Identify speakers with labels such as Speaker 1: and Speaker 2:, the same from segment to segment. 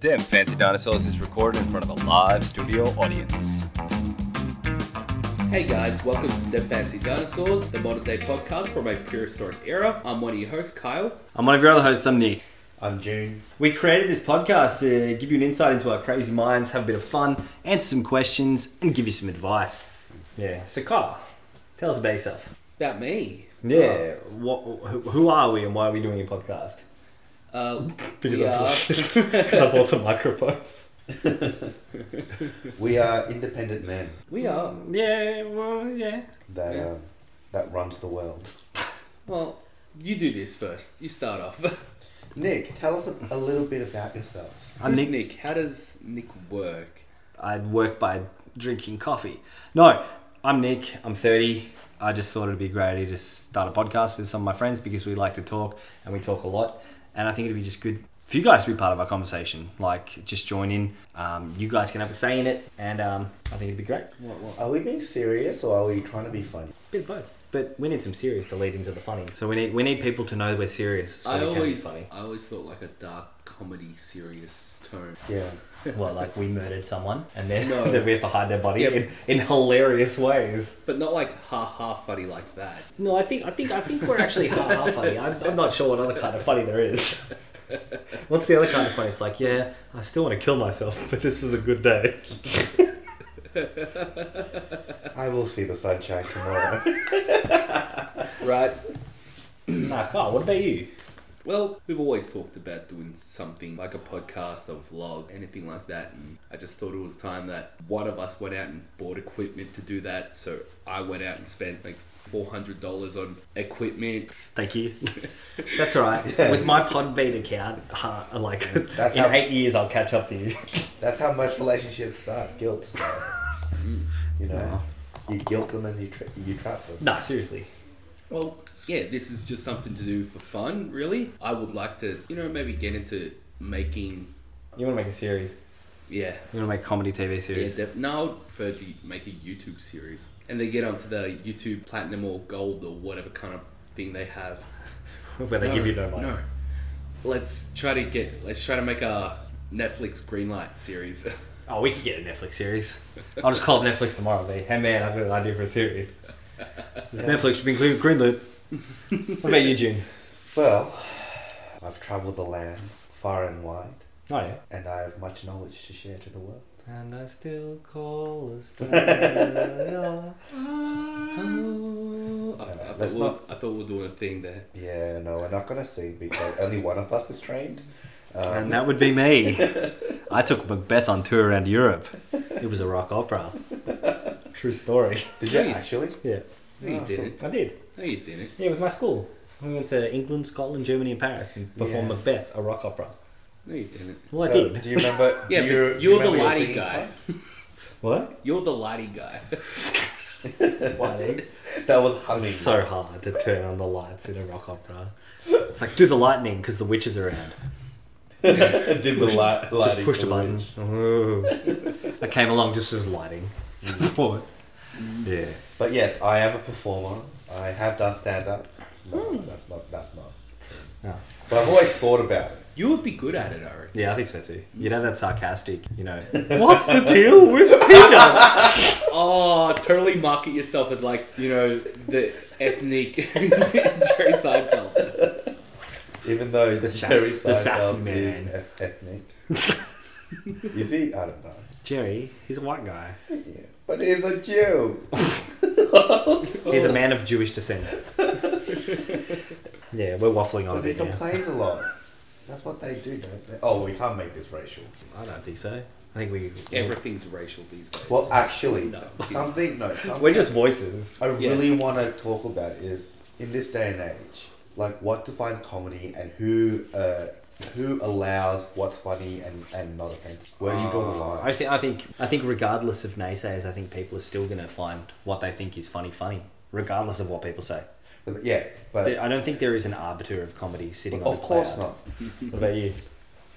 Speaker 1: Then Fancy Dinosaurs is recorded in front of a live studio audience.
Speaker 2: Hey guys, welcome to Dead Fancy Dinosaurs, the modern day podcast from a prehistoric era. I'm one of your hosts, Kyle.
Speaker 3: I'm one of your other hosts, I'm Nick.
Speaker 4: I'm June.
Speaker 3: We created this podcast to give you an insight into our crazy minds, have a bit of fun, answer some questions, and give you some advice. Yeah. So, Kyle, tell us about yourself.
Speaker 2: About me.
Speaker 3: Yeah. What? Who, who are we, and why are we doing a podcast?
Speaker 2: Uh,
Speaker 3: Because
Speaker 2: we
Speaker 3: I
Speaker 2: are,
Speaker 3: Because I bought some microphones.
Speaker 4: We are independent men
Speaker 2: we are,
Speaker 3: Yeah. Well. Yeah.
Speaker 4: that
Speaker 2: Yeah.
Speaker 4: uh, that runs the world.
Speaker 2: well, you do this first. You start off.
Speaker 4: Nick, tell us a, a little bit about yourself.
Speaker 3: I'm
Speaker 2: Who's
Speaker 3: Nick.
Speaker 2: Nick. How does Nick work?
Speaker 3: I work by drinking coffee. No, I'm Nick. I'm 30. I just thought it'd be great to just start a podcast with some of my friends because we like to talk and we talk a lot. And I think it'd be just good for you guys to be part of our conversation. Like, just join in. Um, you guys can have a say in it, and um, I think it'd be great.
Speaker 2: What, what?
Speaker 4: Are we being serious or are we trying to be funny?
Speaker 3: Bit of both, but we need some serious to lead into the funny. So we need we need people to know we're serious. So
Speaker 2: I
Speaker 3: we
Speaker 2: always,
Speaker 3: can be
Speaker 2: I always thought like a dark comedy, serious tone.
Speaker 4: Yeah.
Speaker 3: funny. well, like we murdered someone, and then,
Speaker 2: No.
Speaker 3: then we have to hide their body
Speaker 2: Yep.
Speaker 3: in, in hilarious ways.
Speaker 2: But not like ha ha funny like that.
Speaker 3: No, I think I think I think we're actually half, half funny. I'm, I'm not sure what other kind of funny there is. What's the other kind of funny? It's like, yeah, I still want to kill myself, but this was a good day.
Speaker 4: I will see the sunshine tomorrow.
Speaker 2: Right.
Speaker 3: nah, Carl, what about you?
Speaker 2: Well, we've always talked about doing something like a podcast, a vlog, anything like that, and I just thought it was time that one of us went out and bought equipment to do that. So I went out and spent like four hundred dollars on equipment.
Speaker 3: Thank you. That's all right. With my Podbean account, uh, like
Speaker 4: That's
Speaker 3: in
Speaker 4: how-
Speaker 3: eight years, I'll catch up to you.
Speaker 4: That's how most relationships start. Guilt. You know, you guilt them and you tra- you trap them.
Speaker 3: nah, seriously.
Speaker 2: Well, yeah, this is just something to do for fun, really. I would like to, you know, maybe get into making,
Speaker 3: You want to make a series?
Speaker 2: yeah,
Speaker 3: You want to make a comedy TV
Speaker 2: yeah.
Speaker 3: series?
Speaker 2: Def- no, I would prefer to make a YouTube series, and they get onto the YouTube Platinum or Gold or whatever kind of thing they have.
Speaker 3: Where they give you no money.
Speaker 2: No. Let's try to get. Let's try to make a Netflix Greenlight
Speaker 4: Uh,
Speaker 2: series.
Speaker 3: Oh, we could get a Netflix series. I'll just call up Netflix tomorrow. Be, hey man, I've got an idea for a series. This Netflix should be included greenlit. what about you, June?
Speaker 4: Well, I've travelled the lands far and wide,
Speaker 3: Oh yeah.
Speaker 4: and I have much knowledge to share to the world.
Speaker 3: And I still call Australia.
Speaker 2: I, I,
Speaker 4: Yeah,
Speaker 2: thought
Speaker 4: let's
Speaker 2: we
Speaker 4: not-
Speaker 2: I thought we were doing a thing there.
Speaker 4: Yeah, no, we're not gonna see because only one of us is trained. Um,
Speaker 3: and that would be me. I took Macbeth on tour around Europe. It was a rock opera. True story.
Speaker 4: Did you actually?
Speaker 3: Yeah.
Speaker 2: No, you
Speaker 4: Ah,
Speaker 2: didn't.
Speaker 3: I did.
Speaker 2: No, you didn't.
Speaker 3: Yeah, with my school. We went to England, Scotland, Germany, and Paris and performed
Speaker 4: Yeah.
Speaker 3: Macbeth, a rock opera.
Speaker 2: No, you didn't.
Speaker 3: Well,
Speaker 4: So,
Speaker 3: I did.
Speaker 4: Do you remember?
Speaker 2: Yeah,
Speaker 4: do
Speaker 2: but
Speaker 4: you,
Speaker 2: you're,
Speaker 4: do you
Speaker 2: the
Speaker 4: remember your
Speaker 2: lighty
Speaker 4: singing
Speaker 2: guy.
Speaker 3: What?
Speaker 2: You're the lighty guy.
Speaker 3: Lighting.
Speaker 4: part? That was humming.
Speaker 3: It's so hard to turn on the lights in a rock opera. It's like, do the lightning because the witch is around.
Speaker 4: Did the light,
Speaker 3: just pushed a button. Ooh. I came along just as lighting support. Yeah.
Speaker 4: But yes, I am a performer. I have done stand up. No, that's not. That's not.
Speaker 3: No.
Speaker 4: But I've always thought about it.
Speaker 2: You would be good at it, I reckon.
Speaker 3: Yeah, I think so too. You know that sarcastic, you know. What's the deal with peanuts?
Speaker 2: Oh, totally market yourself as like you know the ethnic Jerry Seinfeld.
Speaker 4: Even though the
Speaker 3: sass- the sassy man.
Speaker 4: eth- ethnic. Is he? I don't know.
Speaker 3: Jerry, he's a white guy.
Speaker 4: Yeah. But he's a Jew.
Speaker 3: Oh, He's a man of Jewish descent. yeah, we're waffling on a
Speaker 4: But he
Speaker 3: bit now.
Speaker 4: complains a lot. That's what they do, don't they? Oh, we can't make this racial.
Speaker 3: I don't think so. I think we
Speaker 2: Everything's racial these days.
Speaker 4: Well, actually,
Speaker 2: No.
Speaker 4: something. No, something.
Speaker 3: we're just voices.
Speaker 4: I
Speaker 2: Yeah.
Speaker 4: really want to talk about is in this day and age, like what defines comedy and who uh, who allows what's funny and, and not offensive. Where do you draw the line?
Speaker 3: I think I think I think regardless of naysayers, I think people are still gonna find what they think is funny funny, regardless of what people say.
Speaker 4: But yeah, but
Speaker 3: I don't think there is an arbiter of comedy sitting on
Speaker 4: of
Speaker 3: the
Speaker 4: course
Speaker 3: cloud.
Speaker 4: not.
Speaker 3: What about you?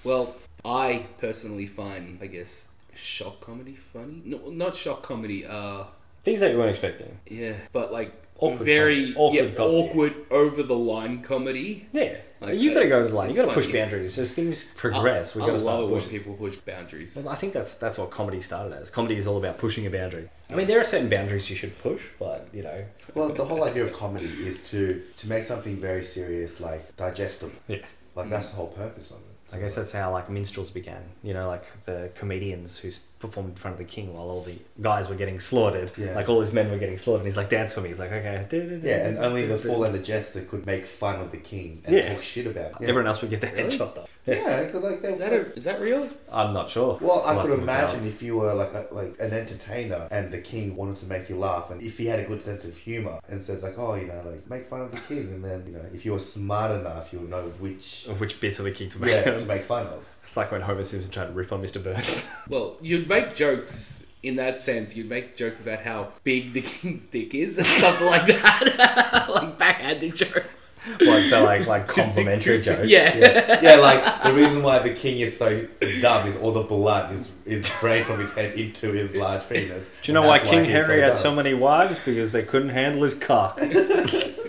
Speaker 2: Well, I personally find, I guess, shock comedy funny. No, not shock comedy. Uh,
Speaker 3: Things that you weren't expecting.
Speaker 2: yeah, but like
Speaker 3: Awkward
Speaker 2: very
Speaker 3: com- awkward
Speaker 2: yeah,
Speaker 3: comedy.
Speaker 2: awkward over the line comedy.
Speaker 3: Yeah,
Speaker 2: Like,
Speaker 3: you got to
Speaker 2: it's-
Speaker 3: go to the line. You
Speaker 2: it's
Speaker 3: got to push
Speaker 2: funny.
Speaker 3: boundaries as things progress.
Speaker 2: I,
Speaker 3: We've got
Speaker 2: I
Speaker 3: to
Speaker 2: love
Speaker 3: start
Speaker 2: it when
Speaker 3: pushing.
Speaker 2: people push boundaries.
Speaker 3: Well, I think that's that's what comedy started as. Comedy is all about pushing a boundary. I mean, there are certain boundaries you should push, but you know,
Speaker 4: Well, the whole idea of comedy is to to make something very serious, like digestible.
Speaker 3: yeah.
Speaker 4: Like that's the whole purpose of it.
Speaker 3: I guess that's how like minstrels began. You know, like the comedians who s- performed in front of the king while all the guys were getting slaughtered.
Speaker 4: Yeah.
Speaker 3: Like all his men were getting slaughtered, and he's like, "Dance for me." He's like, "Okay."
Speaker 4: yeah, and only the fool and the jester could make fun of the king and
Speaker 3: Yeah.
Speaker 4: talk shit about. It. Yeah,
Speaker 3: Everyone else would get their head
Speaker 2: Really?
Speaker 3: chopped off.
Speaker 4: yeah, 'cause, like
Speaker 2: Is that a, is that real?
Speaker 3: I'm not sure.
Speaker 4: Well, I
Speaker 3: We'll have to
Speaker 4: could
Speaker 3: look it up.
Speaker 4: imagine if you were like a, like an entertainer and the king wanted to make you laugh, and if he had a good sense of humor and says like, oh, you know, like make fun of the king, and then you know, if you're smart enough, you'll know which
Speaker 3: Of which bits of the king to make.
Speaker 4: yeah to make fun of.
Speaker 3: It's like when Homer Simpson tried to rip on Mr. Burns.
Speaker 2: Well, you'd make jokes in that sense. You'd make jokes about how big the king's dick is, or something like that, like backhanded jokes.
Speaker 3: what? So like like complimentary jokes.
Speaker 2: Yeah.
Speaker 4: Yeah, yeah, like the reason why the king is so dumb is all the blood is is drained from his head into his large penis.
Speaker 3: Do you know why
Speaker 4: That's
Speaker 3: King
Speaker 4: he's
Speaker 3: Henry had
Speaker 4: dumb.
Speaker 3: so many wives? Because they couldn't handle his cock.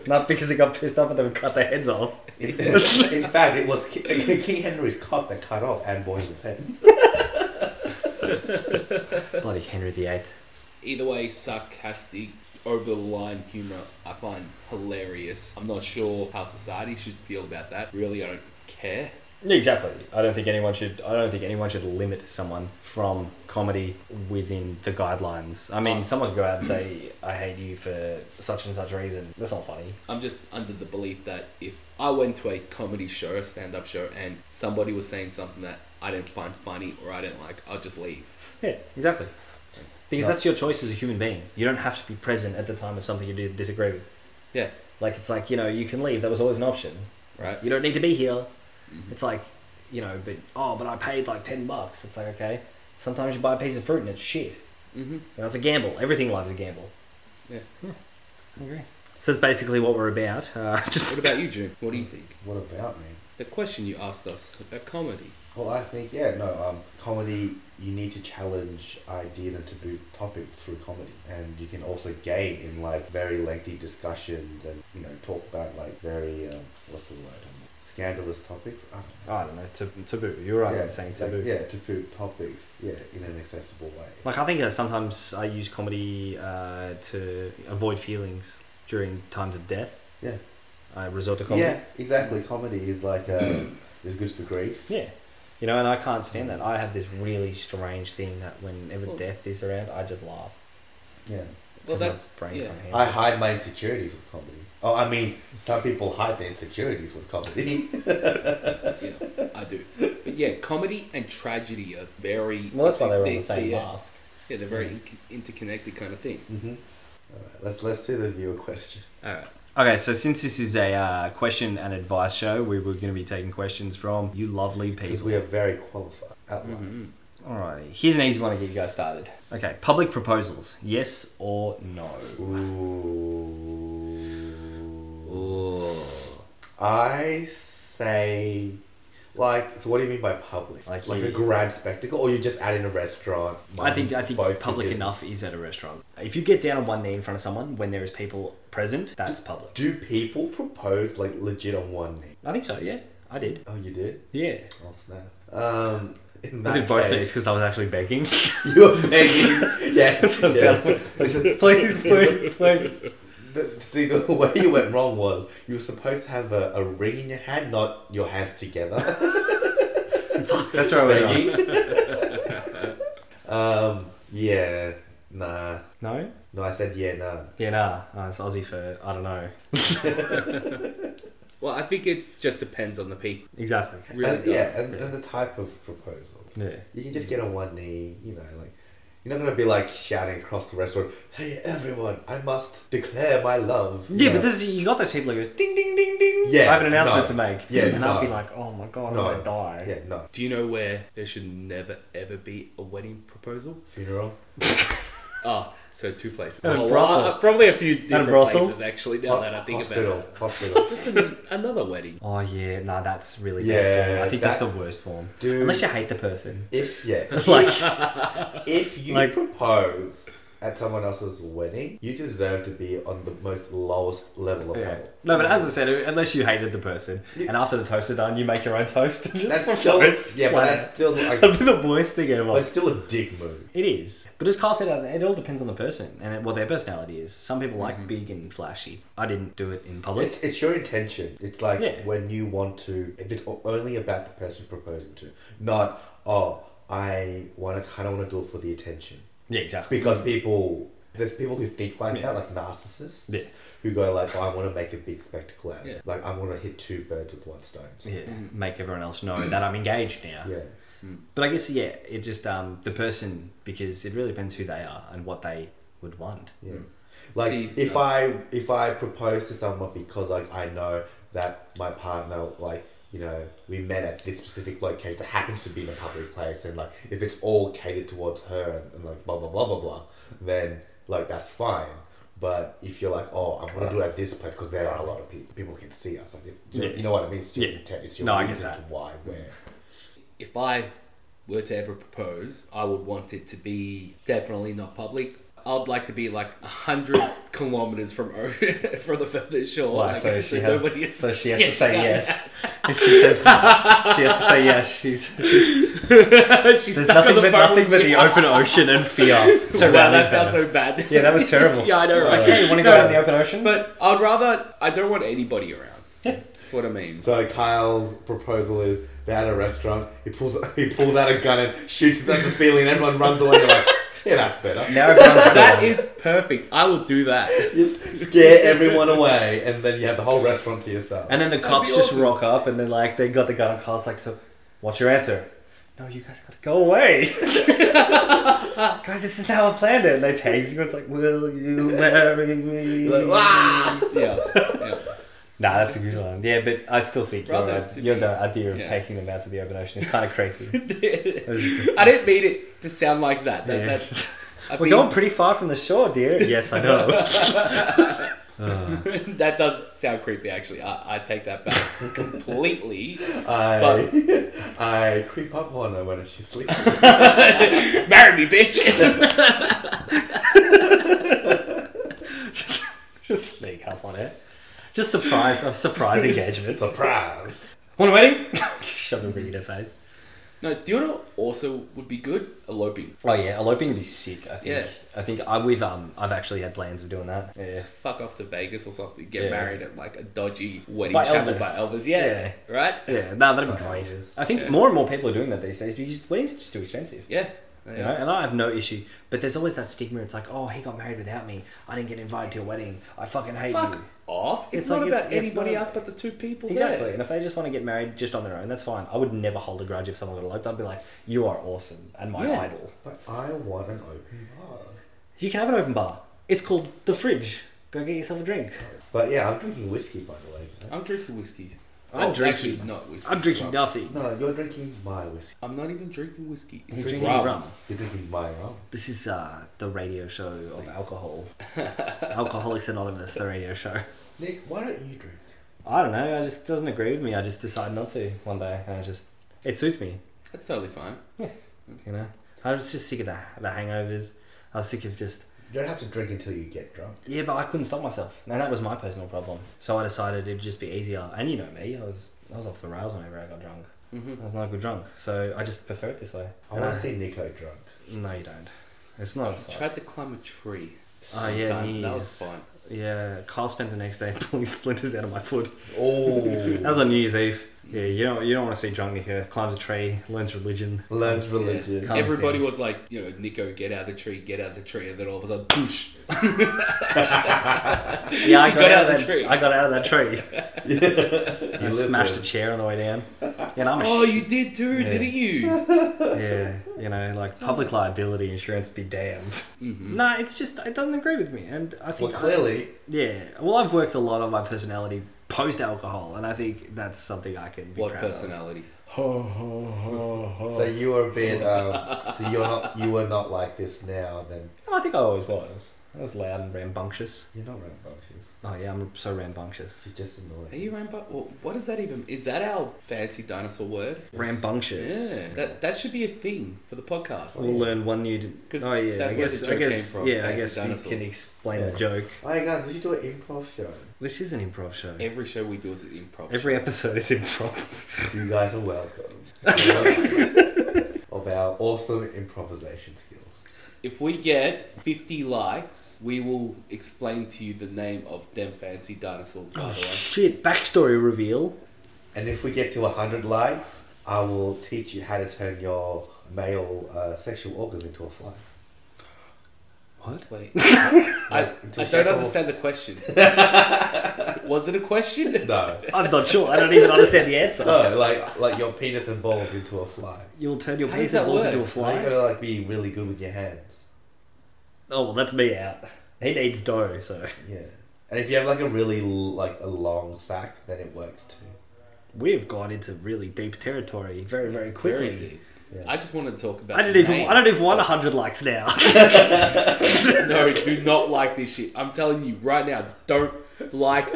Speaker 3: Not because he got pissed off at them and cut their heads off.
Speaker 4: In, in fact, it was Ki- King Henry's cock that cut off Anne Boleyn's head.
Speaker 3: Bloody Henry VIII.
Speaker 2: Either way, sarcastic, over the line humor I find hilarious. I'm not sure how society should feel about that. Really, I don't care.
Speaker 3: Yeah, exactly. I don't think anyone should. I don't think anyone should limit someone from comedy within the guidelines. I mean,
Speaker 2: Oh.
Speaker 3: someone could go out and say, "I hate you for such and such reason." That's not funny.
Speaker 2: I'm just under the belief that if I went to a comedy show, a stand up show, and somebody was saying something that I didn't find funny or I didn't like, I'll just leave.
Speaker 3: Yeah, exactly. Because
Speaker 4: No.
Speaker 3: that's your choice as a human being. You don't have to be present at the time of something you do disagree with.
Speaker 2: Yeah.
Speaker 3: Like it's like you know you can leave. That was always an option.
Speaker 2: Right?
Speaker 3: You don't need to be here. It's like you know, but oh, but I paid like ten bucks. It's like okay. Sometimes you buy a piece of fruit and it's shit.
Speaker 2: Mm-hmm.
Speaker 3: You know, it's a gamble. Everything in life is a gamble.
Speaker 2: Yeah.
Speaker 3: I Hmm. agree. So that's basically what we're about. Uh, just
Speaker 2: What about you, June? What do you think?
Speaker 4: What about me?
Speaker 2: The question you asked us about comedy.
Speaker 4: Well, I think yeah, no. Um, comedy, you need to challenge ideas and taboo topics through comedy, and you can also gain in like very lengthy discussions and you know talk about like very um, what's the word um, scandalous topics. I don't know.
Speaker 3: I don't know tab- taboo. You're right
Speaker 4: yeah,
Speaker 3: in saying
Speaker 4: like,
Speaker 3: taboo.
Speaker 4: yeah, taboo topics. Yeah, in an accessible way.
Speaker 3: Like I think uh, sometimes I use comedy uh, to avoid feelings during times of death.
Speaker 4: Yeah.
Speaker 3: I resort to comedy.
Speaker 4: Yeah, exactly. Comedy is like uh, is good for grief.
Speaker 3: Yeah. You know, and I can't stand that. I have this really strange thing that whenever
Speaker 2: Well-
Speaker 3: death is around, I just laugh.
Speaker 4: Yeah,
Speaker 2: Well,
Speaker 3: And my
Speaker 2: that's.
Speaker 3: brain
Speaker 2: yeah.
Speaker 3: can't handle
Speaker 4: I
Speaker 3: it.
Speaker 4: hide my insecurities with comedy. Oh, I mean, some people hide their insecurities with comedy.
Speaker 2: Yeah, I do. But yeah, comedy and tragedy are very.
Speaker 3: Well, that's why they were on the
Speaker 2: they-
Speaker 3: same
Speaker 2: yeah.
Speaker 4: uh,
Speaker 3: mask.
Speaker 2: Yeah, they're very in- interconnected kind of thing.
Speaker 4: Mm-hmm. right, let's let's do the viewer question.
Speaker 2: All right.
Speaker 3: Okay, so since this is a uh, question and advice show, we were going to be taking questions from you lovely
Speaker 4: Because
Speaker 3: people.
Speaker 4: we are very qualified at life.
Speaker 3: Mm-hmm.
Speaker 2: Mhm.
Speaker 3: Alrighty, here's an easy one to get you guys started. Okay, public proposals, yes or no?
Speaker 4: Ooh.
Speaker 3: Ooh.
Speaker 4: I say, like, so what do you mean by public?
Speaker 3: Like
Speaker 4: Like,
Speaker 3: you-
Speaker 4: a grand spectacle, or you just add in a restaurant?
Speaker 3: I think I think
Speaker 4: both your
Speaker 3: public
Speaker 4: business?
Speaker 3: enough is at a restaurant. If you get down on one knee in front of someone when there is people present, that's public.
Speaker 4: Do people propose like legit on one knee?
Speaker 3: I think so. Yeah, I did.
Speaker 4: Oh, you did.
Speaker 3: Yeah,
Speaker 4: Oh snap. Um, in
Speaker 3: I
Speaker 4: that
Speaker 3: did both knees
Speaker 4: case,
Speaker 3: because I was actually begging.
Speaker 4: you were begging. yeah. yeah.
Speaker 3: please, please, please.
Speaker 4: The, see, the way you went wrong was you were supposed to have a, a ring in your hand, not your hands together.
Speaker 3: That's where I went. wrong.
Speaker 4: um, yeah, nah.
Speaker 3: No.
Speaker 4: No, I said yeah, nah.
Speaker 3: Yeah, nah. Uh, it's Aussie for I don't know.
Speaker 2: Well, I think it just depends on the people.
Speaker 3: Exactly.
Speaker 2: Really
Speaker 4: and,
Speaker 2: does.
Speaker 4: yeah, and, and the type of proposal.
Speaker 3: Yeah.
Speaker 4: You can just get on one knee, you know, like you're not gonna be like shouting across the restaurant, "Hey everyone, I must declare my love."
Speaker 3: Yeah,
Speaker 4: No.
Speaker 3: but this is, you got those people who go ding ding ding ding.
Speaker 4: Yeah,
Speaker 3: I have an announcement
Speaker 4: no.
Speaker 3: to make.
Speaker 4: Yeah,
Speaker 3: and I'll
Speaker 4: no.
Speaker 3: be like, oh my god,
Speaker 4: No.
Speaker 3: I'm gonna die.
Speaker 4: yeah, no
Speaker 2: Do you know where there should never ever be a wedding proposal?
Speaker 4: funeral.
Speaker 2: Ah, so two places.
Speaker 3: And a
Speaker 2: Oh,
Speaker 3: brothel.
Speaker 2: uh, probably a few different
Speaker 3: brothel.
Speaker 2: places actually. Now that I think
Speaker 4: hospital,
Speaker 2: about it,
Speaker 4: hospital.
Speaker 2: just an, another wedding.
Speaker 3: Oh yeah, nah, that's really bad
Speaker 4: Yeah,
Speaker 3: form. I think that's
Speaker 4: that-
Speaker 3: the worst form.
Speaker 4: Dude,
Speaker 3: Unless you hate the person.
Speaker 4: if yeah,
Speaker 3: Like-
Speaker 4: if you
Speaker 3: Like-
Speaker 4: propose at someone else's wedding, you deserve to be on the most lowest level of
Speaker 3: Yeah.
Speaker 4: hell.
Speaker 3: No, but as I said, unless you hated the person, and after the toasts are done, you make your own toast and just
Speaker 4: That's still,
Speaker 3: toast.
Speaker 4: yeah, but
Speaker 3: Like,
Speaker 4: that's still like,
Speaker 3: that'd be the worst thing
Speaker 4: but
Speaker 3: ever.
Speaker 4: it's still a dick move.
Speaker 3: It is, but as Carl said, uh, it all depends on the person and what their personality is. Some people
Speaker 4: Mm-hmm.
Speaker 3: like big and flashy. I didn't do it in public.
Speaker 4: It's, it's your intention. It's like
Speaker 3: Yeah.
Speaker 4: when you want to, if it's o- only about the person proposing to, not, oh, I want to kind of want to do it for the attention.
Speaker 3: yeah, exactly.
Speaker 4: Because people, there's people who think like
Speaker 3: Mm. Yeah.
Speaker 4: that, like narcissists,
Speaker 3: Yeah.
Speaker 4: who go like, oh, I want to make a big spectacle out of
Speaker 2: Yeah.
Speaker 4: it. Like, I want to hit two birds with one stone.
Speaker 3: Yeah, make everyone else know that I'm engaged now.
Speaker 4: Yeah.
Speaker 2: Hmm.
Speaker 3: But I guess yeah, it just um the person because it really depends who they are and what they would want.
Speaker 4: Yeah. Like
Speaker 2: See,
Speaker 4: if
Speaker 2: uh,
Speaker 4: I if I propose to someone because like I know that my partner like you know we met at this specific location that happens to be in a public place and like if it's all catered towards her and, and like blah blah blah blah blah then like that's fine but if you're like oh I'm gonna do it at this place because there are a lot of people people can see us like it- you, know,
Speaker 3: Yeah.
Speaker 4: you know what I mean it's your
Speaker 3: Yeah.
Speaker 4: intent it's your
Speaker 3: No, I get
Speaker 4: reasons
Speaker 3: that.
Speaker 4: why where
Speaker 2: if I were to ever propose, I would want it to be definitely not public. I'd like to be like a hundred kilometers from o- from the further shore.
Speaker 3: Well,
Speaker 2: like,
Speaker 3: so, she has,
Speaker 2: Oh, nobody is-
Speaker 3: so she has to say
Speaker 2: yeah,
Speaker 3: yes. If she says no, she has to say yes. She's, she's
Speaker 2: She's
Speaker 3: there's
Speaker 2: stuck
Speaker 3: nothing
Speaker 2: on the
Speaker 3: but
Speaker 2: boat.
Speaker 3: nothing but the open ocean and fear.
Speaker 2: So wow,
Speaker 3: surrounding
Speaker 2: that sounds
Speaker 3: her.
Speaker 2: so bad.
Speaker 3: yeah, that was terrible.
Speaker 2: Yeah, I know,
Speaker 3: It's
Speaker 2: right?
Speaker 3: like, hey, you want to go
Speaker 2: No.
Speaker 3: out in the open ocean?
Speaker 2: But I'd rather I don't want anybody around. That's what I mean.
Speaker 4: so Kyle's proposal is they're at a restaurant he pulls he pulls out a gun and shoots it at the ceiling and everyone runs away like yeah that's better
Speaker 3: now everyone's
Speaker 2: that
Speaker 3: gone.
Speaker 2: is perfect. I will do that.
Speaker 4: Just scare everyone away, and then you have the whole restaurant to yourself.
Speaker 3: and then the cops
Speaker 2: be
Speaker 3: just
Speaker 2: awesome.
Speaker 3: rock up and then like they got the gun and Carl's like, so what's your answer? No, you guys gotta go away. guys, this is how I planned it. And they tease you. It's like, will you marry me?
Speaker 4: You're like, "Wah!"
Speaker 2: "Ah!" Yeah. yeah.
Speaker 3: Nah, that's a good one. Yeah, but I still think your,
Speaker 2: Rather
Speaker 3: uh,
Speaker 2: to
Speaker 3: your
Speaker 2: be-
Speaker 3: the idea of
Speaker 2: yeah.
Speaker 3: taking them out to the open ocean is kind of creepy.
Speaker 2: I didn't mean it to sound like that. that
Speaker 3: Yeah.
Speaker 2: that's, I
Speaker 3: We're going pretty far from the shore, dear. Yes, I know.
Speaker 2: mean, that does sound creepy. Actually, I, I take that back completely.
Speaker 4: I, I creep up on her when she's sleeping.
Speaker 2: Marry me, bitch.
Speaker 3: Just sneak up on it. Just surprise, a surprise engagement.
Speaker 4: Surprise.
Speaker 3: Want a wedding? Shove a ring in her face.
Speaker 2: no, do you know what also would be good? Eloping.
Speaker 3: Oh yeah, eloping would be sick. I think.
Speaker 2: Yeah.
Speaker 3: I think I we've um I've actually had plans of doing that. Yeah.
Speaker 2: Just fuck off to Vegas or something. Get
Speaker 3: Yeah.
Speaker 2: married at like a dodgy wedding
Speaker 3: By
Speaker 2: chapel
Speaker 3: Elvis.
Speaker 2: by Elvis. Yeah,
Speaker 3: Yeah.
Speaker 2: right.
Speaker 3: Yeah, no, that'd be
Speaker 4: Oh,
Speaker 3: great.
Speaker 4: yes.
Speaker 3: I think
Speaker 2: Yeah.
Speaker 3: more and more people are doing that these days because weddings are just too expensive.
Speaker 2: Yeah. Yeah.
Speaker 3: You know, and I have no issue. But there's always that stigma. It's like, oh, he got married without me. I didn't get invited to your wedding. I fucking hate
Speaker 2: Fuck
Speaker 3: you.
Speaker 2: off. It's,
Speaker 3: It's
Speaker 2: not
Speaker 3: like it's-
Speaker 2: about
Speaker 3: it's
Speaker 2: anybody
Speaker 3: not-
Speaker 2: else but the two people.
Speaker 3: Exactly.
Speaker 2: There.
Speaker 3: And if they just want to get married just on their own, that's fine. I would never hold a grudge if someone got eloped. I'd be like, you are awesome and my
Speaker 2: Yeah.
Speaker 3: idol.
Speaker 4: But I want an open bar.
Speaker 3: You can have an open bar. It's called the fridge. Go get yourself a drink.
Speaker 4: But yeah, I'm drinking whiskey, by the way.
Speaker 2: I'm drinking whiskey.
Speaker 3: I'm
Speaker 2: Oh,
Speaker 3: drinking-
Speaker 2: Actually, not whiskey.
Speaker 3: I'm drinking
Speaker 2: rum.
Speaker 3: nothing.
Speaker 4: No, you're drinking my whiskey.
Speaker 2: I'm not even drinking whiskey.
Speaker 3: He's
Speaker 2: It's
Speaker 3: drinking
Speaker 2: rum.
Speaker 3: rum.
Speaker 4: You're drinking my rum.
Speaker 3: This is uh, the radio show of alcohol. Alcoholics Anonymous, the radio show.
Speaker 4: Nick, why don't you drink?
Speaker 3: I don't know. I just doesn't agree with me. I just decided not to one day, and I just it suits me.
Speaker 2: That's totally fine.
Speaker 3: You know, I was just sick of the, the hangovers. I was sick of just
Speaker 4: You don't have to drink until you get drunk.
Speaker 3: Yeah, but I couldn't stop myself, and that was my personal problem. So I decided it'd just be easier. And you know me, I was I was off the rails whenever I got drunk.
Speaker 2: hmm
Speaker 3: I was not a good drunk, so I just prefer it this way.
Speaker 4: I
Speaker 3: And
Speaker 4: want to see Nico drunk.
Speaker 3: No, you don't. It's not.
Speaker 2: I
Speaker 3: it's not-
Speaker 2: tried to climb a tree.
Speaker 3: Oh yeah,
Speaker 2: Time.
Speaker 3: he
Speaker 2: that
Speaker 3: is.
Speaker 2: was fun.
Speaker 3: Yeah, Carl spent the next day pulling splinters out of my foot. That
Speaker 4: Oh,
Speaker 3: was on New Year's Eve. Yeah, you don't you don't want to see drunk Nico climbs a tree, learns religion.
Speaker 4: learns religion.
Speaker 3: Can't
Speaker 2: Everybody
Speaker 3: stand.
Speaker 2: was like, you know, Nico, get out of the tree, get out of the tree, and then all of a sudden, boosh.
Speaker 3: Yeah, I got,
Speaker 2: got
Speaker 3: out,
Speaker 2: out
Speaker 3: of
Speaker 2: the
Speaker 3: that
Speaker 2: tree.
Speaker 3: tree. I got out of that tree.
Speaker 4: You
Speaker 3: I smashed a
Speaker 4: listen.
Speaker 3: chair on the way down. Yeah, and I'm a
Speaker 2: Oh, you did too,
Speaker 3: Yeah.
Speaker 2: didn't you?
Speaker 3: yeah, you know, like public liability insurance be damned.
Speaker 2: Mhm.
Speaker 3: No, it's just it doesn't agree with me, and I
Speaker 4: Mm-hmm. Well,
Speaker 3: think
Speaker 4: clearly,
Speaker 3: yeah. Well, I've worked a lot on my personality post alcohol, and I think that's something I can be
Speaker 2: What
Speaker 3: proud
Speaker 2: personality? Oh.
Speaker 4: so you were a bit. Um, so you're not. You were not like this now. Then
Speaker 3: of. I think I always was. That was loud and rambunctious.
Speaker 4: You're not rambunctious.
Speaker 3: Oh yeah, I'm so rambunctious.
Speaker 4: She's just annoying.
Speaker 2: Are you rampant? Well, what is that even? Is that our fancy dinosaur word?
Speaker 3: Rambunctious.
Speaker 2: Yeah, that that should be a thing for the podcast.
Speaker 3: We'll learn one new. d-
Speaker 2: 'Cause
Speaker 3: oh yeah,
Speaker 2: that's
Speaker 3: I
Speaker 2: where
Speaker 3: guess.
Speaker 2: the
Speaker 3: I
Speaker 2: joke
Speaker 3: guess.
Speaker 2: came from,
Speaker 3: yeah, I
Speaker 2: back to
Speaker 3: guess you can
Speaker 2: dinosaurs.
Speaker 3: explain
Speaker 4: Yeah.
Speaker 3: the joke.
Speaker 4: Alright guys, we should do an improv show.
Speaker 3: This is an improv show.
Speaker 2: Every show we do is an improv.
Speaker 3: Every episode is improv.
Speaker 4: You guys are welcome. of our awesome improvisation skills.
Speaker 2: If we get 50 likes, we will explain to you the name of them fancy dinosaurs, by the way.
Speaker 3: Shit, backstory reveal.
Speaker 4: And if we get to 100 likes, I will teach you how to turn your male uh, sexual organs into a fly.
Speaker 3: What?
Speaker 2: Wait.
Speaker 4: Like,
Speaker 2: I,
Speaker 4: into
Speaker 2: I
Speaker 4: a shape
Speaker 2: don't
Speaker 4: of-
Speaker 2: understand the question. Was it a question?
Speaker 4: No.
Speaker 3: I'm not sure. I don't even understand the answer.
Speaker 2: Oh.
Speaker 4: No, like like your penis and balls into a fly.
Speaker 3: You'll turn your
Speaker 2: How
Speaker 3: penis
Speaker 2: does
Speaker 3: and
Speaker 2: that
Speaker 3: balls
Speaker 2: work? uh,
Speaker 3: into a
Speaker 4: Why you
Speaker 3: fly.
Speaker 4: gotta like be really good with your hands?
Speaker 3: Oh well, that's me out. He needs dough, so
Speaker 4: Yeah. And if you have like a really l- like a long sack, then it works too.
Speaker 3: we've gone into really deep territory very, very quickly.
Speaker 2: Very deep.
Speaker 4: Yeah.
Speaker 2: I just wanted to talk about.
Speaker 3: I didn't even.
Speaker 2: the
Speaker 3: I don't even want hundred likes now.
Speaker 2: name. No, do not like this shit. I'm telling you right now, don't like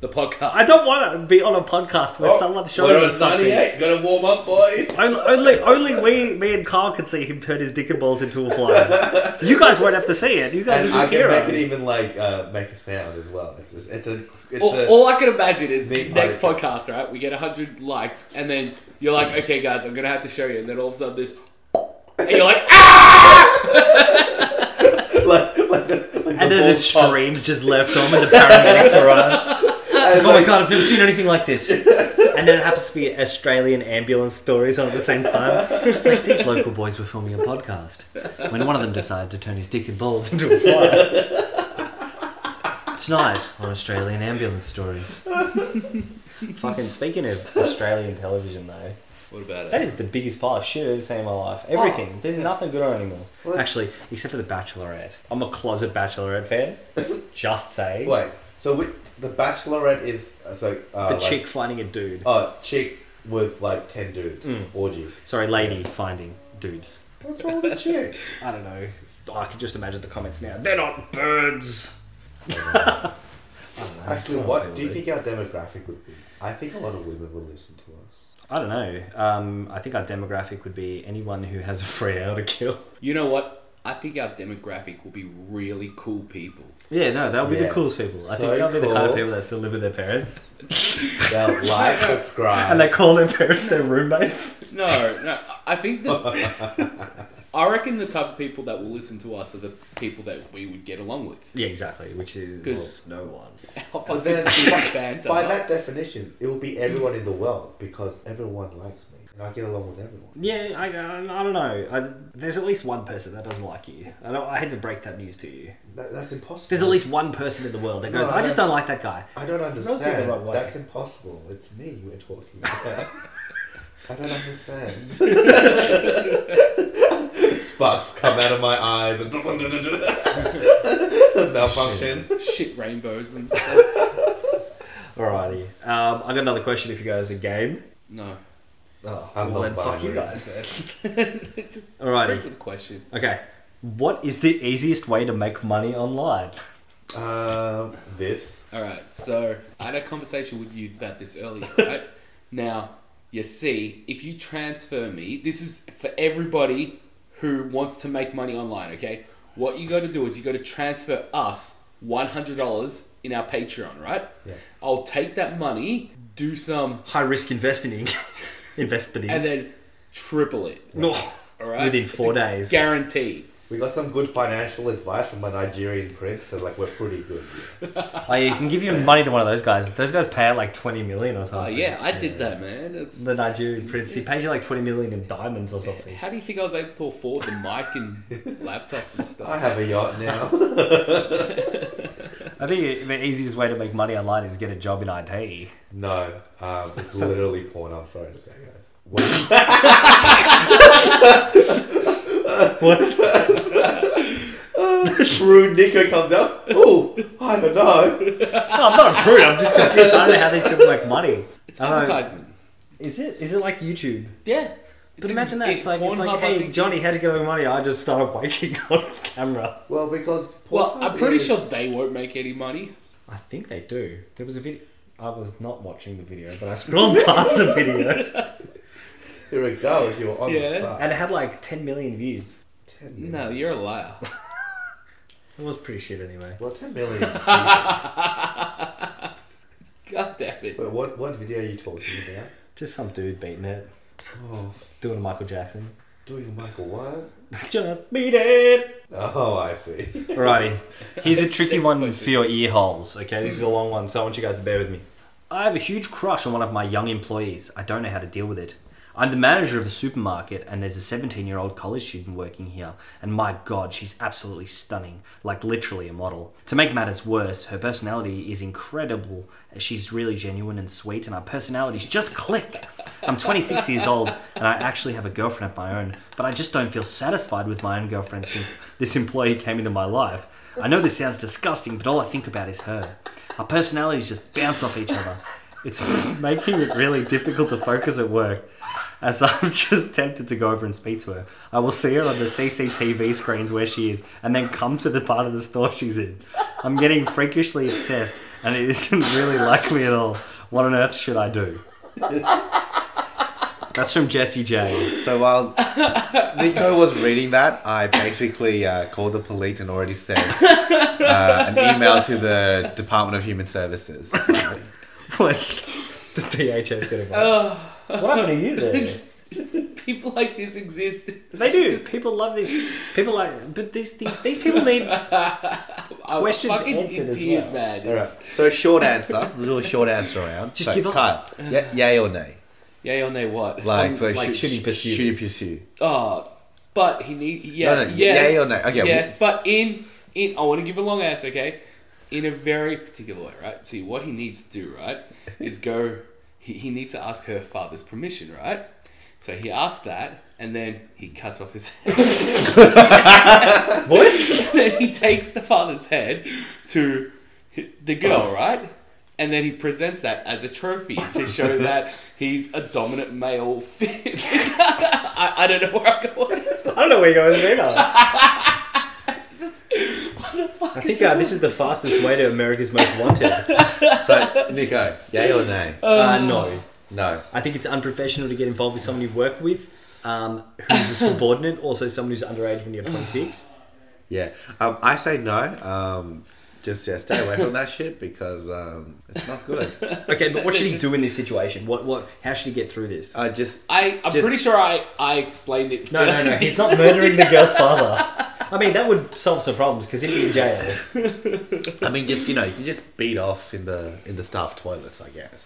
Speaker 2: the podcast.
Speaker 3: I don't want to be on a podcast
Speaker 2: Oh,
Speaker 3: where someone shows
Speaker 4: Oh, we're
Speaker 3: us
Speaker 4: on
Speaker 3: something.
Speaker 4: 98. Gotta warm up, boys.
Speaker 3: Only, only, only we, me and Carl can see him turn his dick and balls into a fly. You guys won't have to see it. You guys
Speaker 4: And
Speaker 3: are
Speaker 4: I
Speaker 3: just
Speaker 4: can make it
Speaker 3: heroes.
Speaker 4: even like uh, make a sound as well. It's just, it's a it's
Speaker 2: all,
Speaker 4: a
Speaker 2: all I can imagine is the
Speaker 4: Deep
Speaker 2: next
Speaker 4: pirate.
Speaker 2: podcast, right? We get 100 likes, and then you're like, okay, guys, I'm going to have to show you. And then all of a sudden, this. And you're like, ah!
Speaker 4: like like the,
Speaker 3: And
Speaker 4: like
Speaker 3: then
Speaker 4: the
Speaker 3: the
Speaker 4: balls pop.
Speaker 3: streams just left on when the paramedics arrive. It's like, oh
Speaker 4: And
Speaker 3: my
Speaker 4: like-
Speaker 3: god, I've never seen anything like this. And then it happens to be Australian ambulance stories on at the same time. It's like these local boys were filming a podcast when one of them decided to turn his dick and balls into a fly. Tonight on Australian ambulance stories. Fucking speaking of Australian television though,
Speaker 2: What about
Speaker 3: that
Speaker 2: it?
Speaker 3: is the biggest pile of shit I've ever seen in my life. Everything.
Speaker 4: Oh,
Speaker 3: There's nothing good on anymore.
Speaker 4: Well-
Speaker 3: Actually, except for The Bachelorette. I'm a closet Bachelorette fan. Just saying.
Speaker 4: Wait, so which, the Bachelorette is uh, so uh,
Speaker 3: The
Speaker 4: like-
Speaker 3: chick finding a dude.
Speaker 4: Oh, chick with like ten dudes
Speaker 3: Mm.
Speaker 4: orgy.
Speaker 3: Sorry, lady finding dudes.
Speaker 4: What's wrong with chick?
Speaker 3: I don't know. Oh, I can just imagine the comments now. They're not birds.
Speaker 4: Actually, what do you think our demographic would be? I think a lot of women will listen to us.
Speaker 3: I don't know. Um, I think our demographic would be anyone who has a free hour to kill.
Speaker 2: You know what? I think our demographic will be really cool people.
Speaker 3: Yeah, no, that would be
Speaker 4: Yeah.
Speaker 3: the coolest people. I
Speaker 4: So
Speaker 3: think they'll be the kind of
Speaker 4: cool.
Speaker 3: people that still live with their parents
Speaker 4: They'll like,
Speaker 3: and they
Speaker 4: subscribe.
Speaker 3: call their parents their roommates.
Speaker 2: No, no. I think that. I reckon the type of people that will listen to us are the people that we would get along with.
Speaker 3: Yeah, exactly. Which is
Speaker 2: Good.
Speaker 3: no one.
Speaker 4: But then,
Speaker 2: banter.
Speaker 4: by that definition, it will be everyone in the world because everyone likes me and I get along with everyone.
Speaker 3: Yeah, I, I, I don't know. I, there's at least one person that doesn't like you. I, don't, I had to break that news to you.
Speaker 4: That, that's impossible.
Speaker 3: There's at least one person in the world that
Speaker 4: No,
Speaker 3: goes,
Speaker 4: I
Speaker 3: I just
Speaker 4: don't-
Speaker 3: don't like that guy.
Speaker 4: I don't
Speaker 3: the
Speaker 4: understand.
Speaker 3: right way.
Speaker 4: That's impossible. It's me we're talking about. I don't understand. Sparks come out of my eyes and malfunction.
Speaker 2: Shit rainbows and
Speaker 3: Alrighty. Um, I got another question if you guys are game.
Speaker 2: No.
Speaker 3: Oh,
Speaker 4: I'm
Speaker 3: well, then
Speaker 4: not
Speaker 3: fuck you
Speaker 4: binary.
Speaker 3: guys then.
Speaker 2: Just
Speaker 3: Alrighty.
Speaker 2: freaking question.
Speaker 3: Okay. What is the easiest way to make money online?
Speaker 4: Um, this.
Speaker 2: All right, so I had a conversation with you about this earlier, right? now, you see, if you transfer me, this is for everybody who wants to make money online, okay? What you got to do is you got to transfer us $100 in our Patreon, right?
Speaker 4: Yeah.
Speaker 2: I'll take that money, do some,
Speaker 3: High risk investing. investing.
Speaker 2: and then triple it.
Speaker 3: no.
Speaker 2: All right?
Speaker 3: Within
Speaker 2: It's
Speaker 3: four
Speaker 2: a
Speaker 3: days.
Speaker 2: Guaranteed.
Speaker 4: We got some good financial advice from a Nigerian prince, so like we're pretty good.
Speaker 3: Oh, yeah, you can give your money to one of those guys. Those guys pay out like 20 million or
Speaker 2: Oh,
Speaker 3: something.
Speaker 2: yeah, I did that, man. It's,
Speaker 3: The Nigerian prince, he pays you like 20 million in diamonds or something.
Speaker 2: how do you think I was able to afford the mic and laptop and stuff?
Speaker 4: I have a yacht now.
Speaker 3: I think the easiest way to make money online is get a job in IT.
Speaker 4: no, um, it's literally porn. I'm sorry to say, guys.
Speaker 3: What?
Speaker 4: Rude Nico comes up. Oh, I don't know.
Speaker 3: I'm not a prude. I'm just confused. I don't know how these people make money.
Speaker 2: It's
Speaker 3: I don't know.
Speaker 2: advertisement.
Speaker 3: Is it? Is it like YouTube?
Speaker 2: Yeah.
Speaker 3: But imagine that.
Speaker 2: ex-
Speaker 3: It's like, it's
Speaker 2: Pornhub,
Speaker 3: like
Speaker 2: I
Speaker 3: hey,
Speaker 2: think,
Speaker 3: Johnny,
Speaker 2: is-
Speaker 3: how'd you get all your money? I just started wanking on camera.
Speaker 4: Well, because
Speaker 2: Well,
Speaker 4: Pornhub
Speaker 2: I'm pretty
Speaker 4: is-
Speaker 2: sure they won't make any money.
Speaker 3: I think they do. There was a video. I was not watching the video, but I scrolled past the video.
Speaker 4: Here it goes. You were on
Speaker 2: Yeah.
Speaker 4: the side.
Speaker 3: And it had like 10 million views.
Speaker 4: Ten million.
Speaker 2: No, you're a liar.
Speaker 3: It was pretty shit anyway.
Speaker 4: Well, ten million. but
Speaker 2: God damn it.
Speaker 4: what what video are you talking about?
Speaker 3: Just some dude beating it,
Speaker 4: Oh,
Speaker 3: doing a Michael Jackson.
Speaker 4: doing Michael what?
Speaker 3: Just beat it!
Speaker 4: Oh, I see.
Speaker 3: Alrighty. Here's a tricky
Speaker 2: Next
Speaker 3: one
Speaker 2: question.
Speaker 3: for your ear holes, okay? This is a long one, so I want you guys to bear with me. I have a huge crush on one of my young employees. I don't know how to deal with it. I'm the manager of a supermarket, and there's a 17 year old college student working here, and my god, she's absolutely stunning like literally a model. To make matters worse, her personality is incredible. She's really genuine and sweet, and our personalities just click. I'm 26 years old, and I actually have a girlfriend of my own, but I just don't feel satisfied with my own girlfriend since this employee came into my life. I know this sounds disgusting, but all I think about is her. Our personalities just bounce off each other. It's making it really difficult to focus at work, as I'm just tempted to go over and speak to her. I will see her on the CCTV screens where she is, and then come to the part of the store she's in. I'm getting freakishly obsessed, and it isn't really like me at all. What on earth should I do? That's from Jesse J.
Speaker 4: So while Nico was reading that, I basically uh, called the police and already sent uh, an email to the Department of Human Services.
Speaker 3: What? The DHS got involved. what happened to you there?
Speaker 2: People like this exist.
Speaker 3: They do. People love these. People like, but these these, these people need
Speaker 2: I'm
Speaker 3: Questions
Speaker 2: oh, fucking
Speaker 3: answered
Speaker 2: in
Speaker 3: as
Speaker 2: tears,
Speaker 3: well.
Speaker 2: man.
Speaker 4: All right.
Speaker 2: It's-
Speaker 4: So short answer, little short answer round.
Speaker 3: Just
Speaker 4: so,
Speaker 3: give up.
Speaker 4: Kyle, y- yay or nay?
Speaker 2: Yay or nay, what?
Speaker 4: Like,
Speaker 3: Um,
Speaker 4: so
Speaker 3: like,
Speaker 4: should,
Speaker 3: should he pursue
Speaker 4: Should he
Speaker 3: this?
Speaker 4: pursue?
Speaker 2: Oh, but he need yeah.
Speaker 4: No, no,
Speaker 2: yes.
Speaker 4: yay or nay? Okay,
Speaker 2: Yes, but in in I want to give a long answer. Okay, in a very particular way, right? See, what he needs to do, right, is go. He, he needs to ask her father's permission, right? So he asks that, and then he cuts off his head.
Speaker 3: what?
Speaker 2: and then he takes the father's head to hi- the girl, right? And then he presents that as a trophy to show that he's a dominant male. figure. I, I don't know where I'm going. with this.
Speaker 3: I don't know where you're going with that.
Speaker 2: What the fuck
Speaker 3: I
Speaker 2: is
Speaker 3: think uh,
Speaker 2: wrong
Speaker 3: this is the fastest way to America's Most Wanted.
Speaker 4: So Nico, yay or nay?
Speaker 3: Uh, no.
Speaker 4: No.
Speaker 3: I think it's unprofessional to get involved with someone you work with um, who's a subordinate, also someone who's underage when you're 26.
Speaker 4: Yeah. Um, I say no. Um, just yeah, stay away from that shit because um, it's not good.
Speaker 3: Okay, but what should he do in this situation? What? What? How should he get through this?
Speaker 4: I just
Speaker 2: I, I'm
Speaker 4: Just-
Speaker 2: pretty sure I, I explained it.
Speaker 3: No, no, no. He's not murdering the girl's father. I mean, that would solve some problems because he'd be in jail.
Speaker 4: I mean, just you know, you can just beat off in the in the staff toilets, I guess.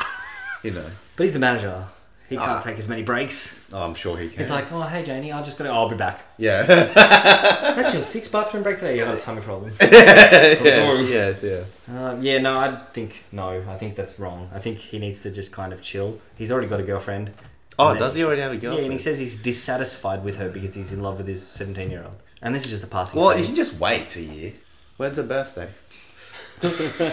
Speaker 4: You know,
Speaker 3: But he's the manager. He can't
Speaker 4: Ah.
Speaker 3: take as many breaks.
Speaker 4: oh, I'm sure he can.
Speaker 3: He's like, oh, hey, Janie, I just got to. I'll be back.
Speaker 4: yeah,
Speaker 3: That's your sixth bathroom break today. You got a tummy problem.
Speaker 4: yeah, yeah, yeah.
Speaker 3: Um, yeah, no, I think no. I think that's wrong. I think he needs to just kind of chill. He's already got a girlfriend.
Speaker 4: Oh,
Speaker 3: And
Speaker 4: does he already have a
Speaker 3: then- Yeah, and
Speaker 4: girlfriend?
Speaker 3: he says he's dissatisfied with her because he's in love with his seventeen-year-old. And this is just a passing.
Speaker 4: well,
Speaker 3: phase.
Speaker 4: you can just wait a year. When's her birthday?
Speaker 3: Do you want me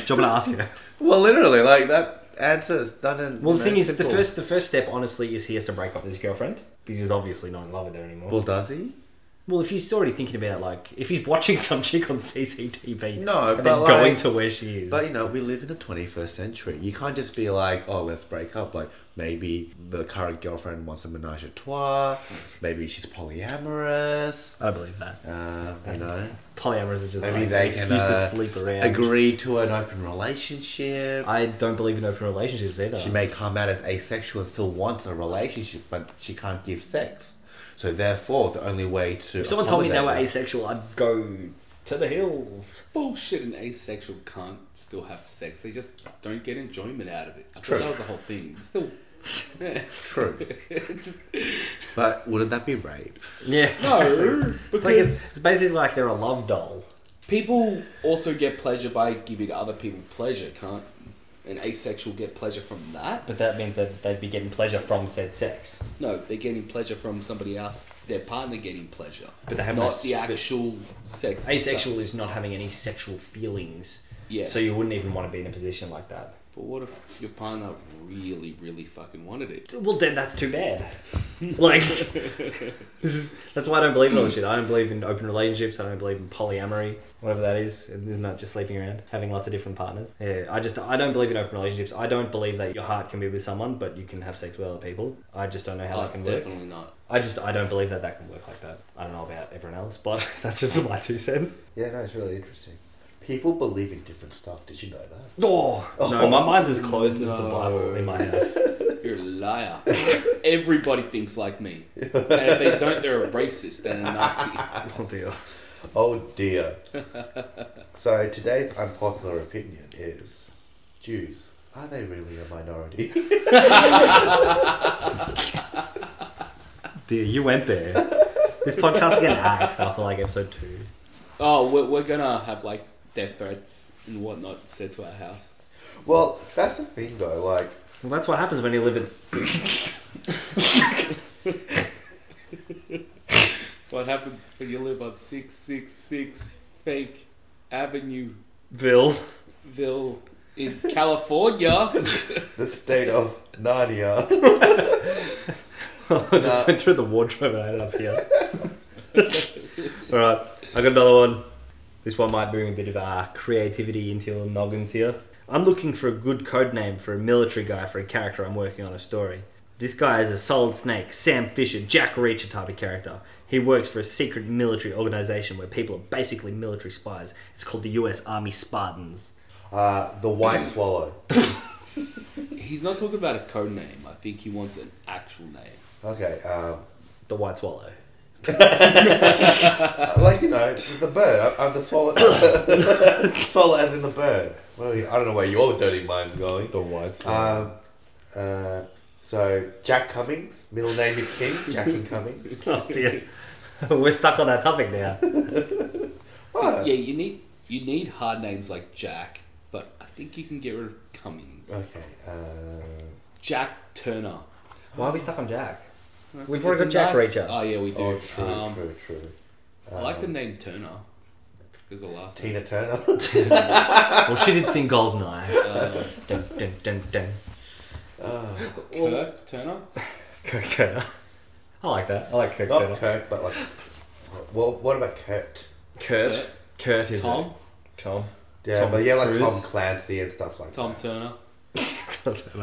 Speaker 3: to ask her?
Speaker 4: Well, literally, like that answer is done in.
Speaker 3: Well,
Speaker 4: you
Speaker 3: the
Speaker 4: know,
Speaker 3: thing is, the
Speaker 4: simple.
Speaker 3: first the first step, honestly, is he has to break up with his girlfriend because he's obviously not in love with her anymore.
Speaker 4: Well,
Speaker 3: Well,
Speaker 4: does he?
Speaker 3: if he's already thinking about like if he's watching some chick on CCTV,
Speaker 4: No,
Speaker 3: and
Speaker 4: but,
Speaker 3: then going
Speaker 4: like-
Speaker 3: to where she is.
Speaker 4: But you know, we live in the 21st century. You can't just be like, oh, let's break up. Like, maybe the current girlfriend wants a menage a trois. Maybe she's polyamorous.
Speaker 3: I don't believe that.
Speaker 4: Uh, you know,
Speaker 3: Polyamorous is just
Speaker 4: Maybe
Speaker 3: like
Speaker 4: they
Speaker 3: an
Speaker 4: can,
Speaker 3: excuse
Speaker 4: uh,
Speaker 3: to sleep around.
Speaker 4: agree to an open relationship.
Speaker 3: I don't believe in open relationships either.
Speaker 4: She may come out as asexual and still wants a relationship, but she can't give sex. So therefore, the only way to
Speaker 3: If someone told me they were
Speaker 4: accommodate
Speaker 3: asexual, I'd go to the hills.
Speaker 2: Bullshit an asexual can't still have sex. They just don't get enjoyment out of it. I thought
Speaker 4: True.
Speaker 2: That was the whole thing. It's Still.
Speaker 4: that, true,
Speaker 2: just,
Speaker 4: but wouldn't that be rape?
Speaker 3: Yeah.
Speaker 2: no.
Speaker 3: It's, like
Speaker 2: Because
Speaker 3: it's, it's basically like they're a love doll.
Speaker 2: people also get pleasure by giving other people pleasure, can't an asexual get pleasure from that?
Speaker 3: But that means that they'd be getting pleasure from said sex.
Speaker 2: No, they're getting pleasure from somebody else, their partner getting pleasure.
Speaker 3: But they have no
Speaker 2: not
Speaker 3: s-
Speaker 2: the
Speaker 3: but-
Speaker 2: actual sex. itself.
Speaker 3: Asexual is not having any sexual feelings.
Speaker 2: Yeah.
Speaker 3: So you wouldn't even want to be in a position like that.
Speaker 2: But But what if your partner really, really fucking wanted it?
Speaker 3: Well, then that's too bad. like, this is- that's why I don't believe in all this shit. I don't believe in open relationships. I don't believe in polyamory, whatever that is. And Isn't that just sleeping around, having lots of different partners? Yeah, I just I don't believe in open relationships. I don't believe that your heart can be with someone, but you can have sex with other people. I just don't know how
Speaker 2: Oh,
Speaker 3: that can work.
Speaker 2: definitely not.
Speaker 3: I just I don't believe that that can work like that. I don't know about everyone else, but that's just my two cents.
Speaker 4: Yeah, no, it's really interesting. People believe in different stuff. Did you know that?
Speaker 3: Oh, no, my mind's as closed as the
Speaker 2: No.
Speaker 3: Bible in my house.
Speaker 2: You're a liar. Everybody thinks like me. And if they don't, they're a racist and a Nazi.
Speaker 3: oh dear.
Speaker 4: Oh dear. so today's unpopular opinion is Jews. Are they really a minority?
Speaker 3: Dear, you went there. This podcast's getting axed after like episode two.
Speaker 2: Oh, we're, we're gonna have like death threats and whatnot said to our house.
Speaker 4: well, that's the thing though, like
Speaker 3: Well, that's what happens when you live in. s-
Speaker 2: That's what happened when you live on 666 Fake Avenue,
Speaker 3: Bill.
Speaker 2: Ville, in California.
Speaker 4: the state of Narnia.
Speaker 3: I just
Speaker 4: Nah.
Speaker 3: went through the wardrobe and I ended up here. Alright, I got another one. This one might bring a bit of uh, creativity into your noggins here. I'm looking for a good code name for a military guy for a character I'm working on a story. This guy is a solid snake, Sam Fisher, Jack Reacher type of character. He works for a secret military organization where people are basically military spies. It's called the US Army Spartans.
Speaker 4: Uh, the White Swallow.
Speaker 2: He's not talking about a code name. I think he wants an actual name.
Speaker 4: Okay, um,
Speaker 3: The White Swallow.
Speaker 4: I like you know the bird. I'm, I'm the swallow. swallow as in the bird. What are we, I don't know where your dirty mind's going.
Speaker 3: The White
Speaker 4: Um, uh, so Jack Cummings, middle name is King. Jackie Cummings.
Speaker 3: Oh dear. We're stuck on that topic now.
Speaker 2: So,
Speaker 4: What?
Speaker 2: yeah, you need you need hard names like Jack, but I think you can get rid of Cummings.
Speaker 4: Okay. Um,
Speaker 2: Jack Turner.
Speaker 3: Why are we stuck on Jack? We've
Speaker 2: It's
Speaker 3: already
Speaker 2: a
Speaker 3: got Jack
Speaker 2: nice-
Speaker 3: Reacher.
Speaker 2: Oh yeah, we do.
Speaker 4: oh, true,
Speaker 2: um,
Speaker 4: true, true. Um,
Speaker 2: I like the name Turner. Because the last name.
Speaker 4: Tina Turner. Oh,
Speaker 3: well, she did sing
Speaker 2: Uh,
Speaker 3: Goldeneye. dun, dun, dun, dun.
Speaker 2: Kirk Turner.
Speaker 3: Kirk Turner. I like that. I like Kirk
Speaker 4: Not
Speaker 3: Turner.
Speaker 4: Kirk, but like. Well, what about Kurt?
Speaker 3: Kurt.
Speaker 2: Kurt.
Speaker 3: Kurt is
Speaker 2: Tom.
Speaker 3: it? Tom.
Speaker 4: Yeah,
Speaker 3: Tom
Speaker 4: but yeah, like
Speaker 3: Cruise.
Speaker 4: Tom Clancy and stuff like
Speaker 2: Tom
Speaker 4: that.
Speaker 2: Turner.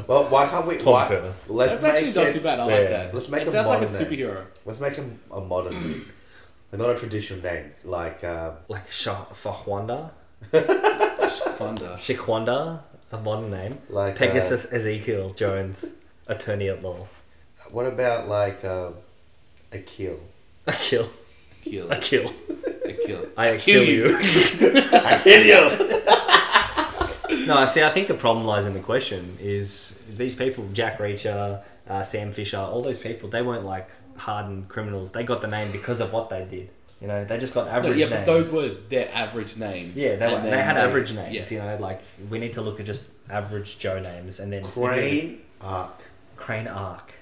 Speaker 4: Well, why can't we?
Speaker 3: Tom
Speaker 4: why,
Speaker 3: Turner.
Speaker 4: Let's
Speaker 2: That's actually
Speaker 4: make
Speaker 2: not
Speaker 4: it,
Speaker 2: too bad. I
Speaker 3: Yeah.
Speaker 2: like that.
Speaker 4: Let's make
Speaker 2: it
Speaker 4: a
Speaker 2: sounds like a
Speaker 4: modern name.
Speaker 2: superhero.
Speaker 4: Let's make him a modern name, and not a traditional name like. Um,
Speaker 3: like Sha Fahwanda.
Speaker 2: Thunder.
Speaker 3: Shikwanda. A modern name.
Speaker 4: Like, uh,
Speaker 3: Pegasus Ezekiel Jones. Attorney at law.
Speaker 4: What about like um, Akil?
Speaker 3: I kill.
Speaker 2: Kill.
Speaker 3: I kill.
Speaker 2: Kill.
Speaker 3: I kill you.
Speaker 4: Akil.
Speaker 3: no, see, I think the problem lies in the question is these people, Jack Reacher, uh, Sam Fisher, all those people, they weren't like hardened criminals. They got the name because of what they did. You know, they just got
Speaker 2: No,
Speaker 3: average
Speaker 2: yeah,
Speaker 3: names.
Speaker 2: but those were their average names.
Speaker 3: Yeah, they, were,
Speaker 2: And
Speaker 3: they
Speaker 2: then
Speaker 3: had average names.
Speaker 2: yeah.
Speaker 3: You know, like we need to look at just average Joe names and then
Speaker 4: Crane Arc.
Speaker 3: Crane Arc.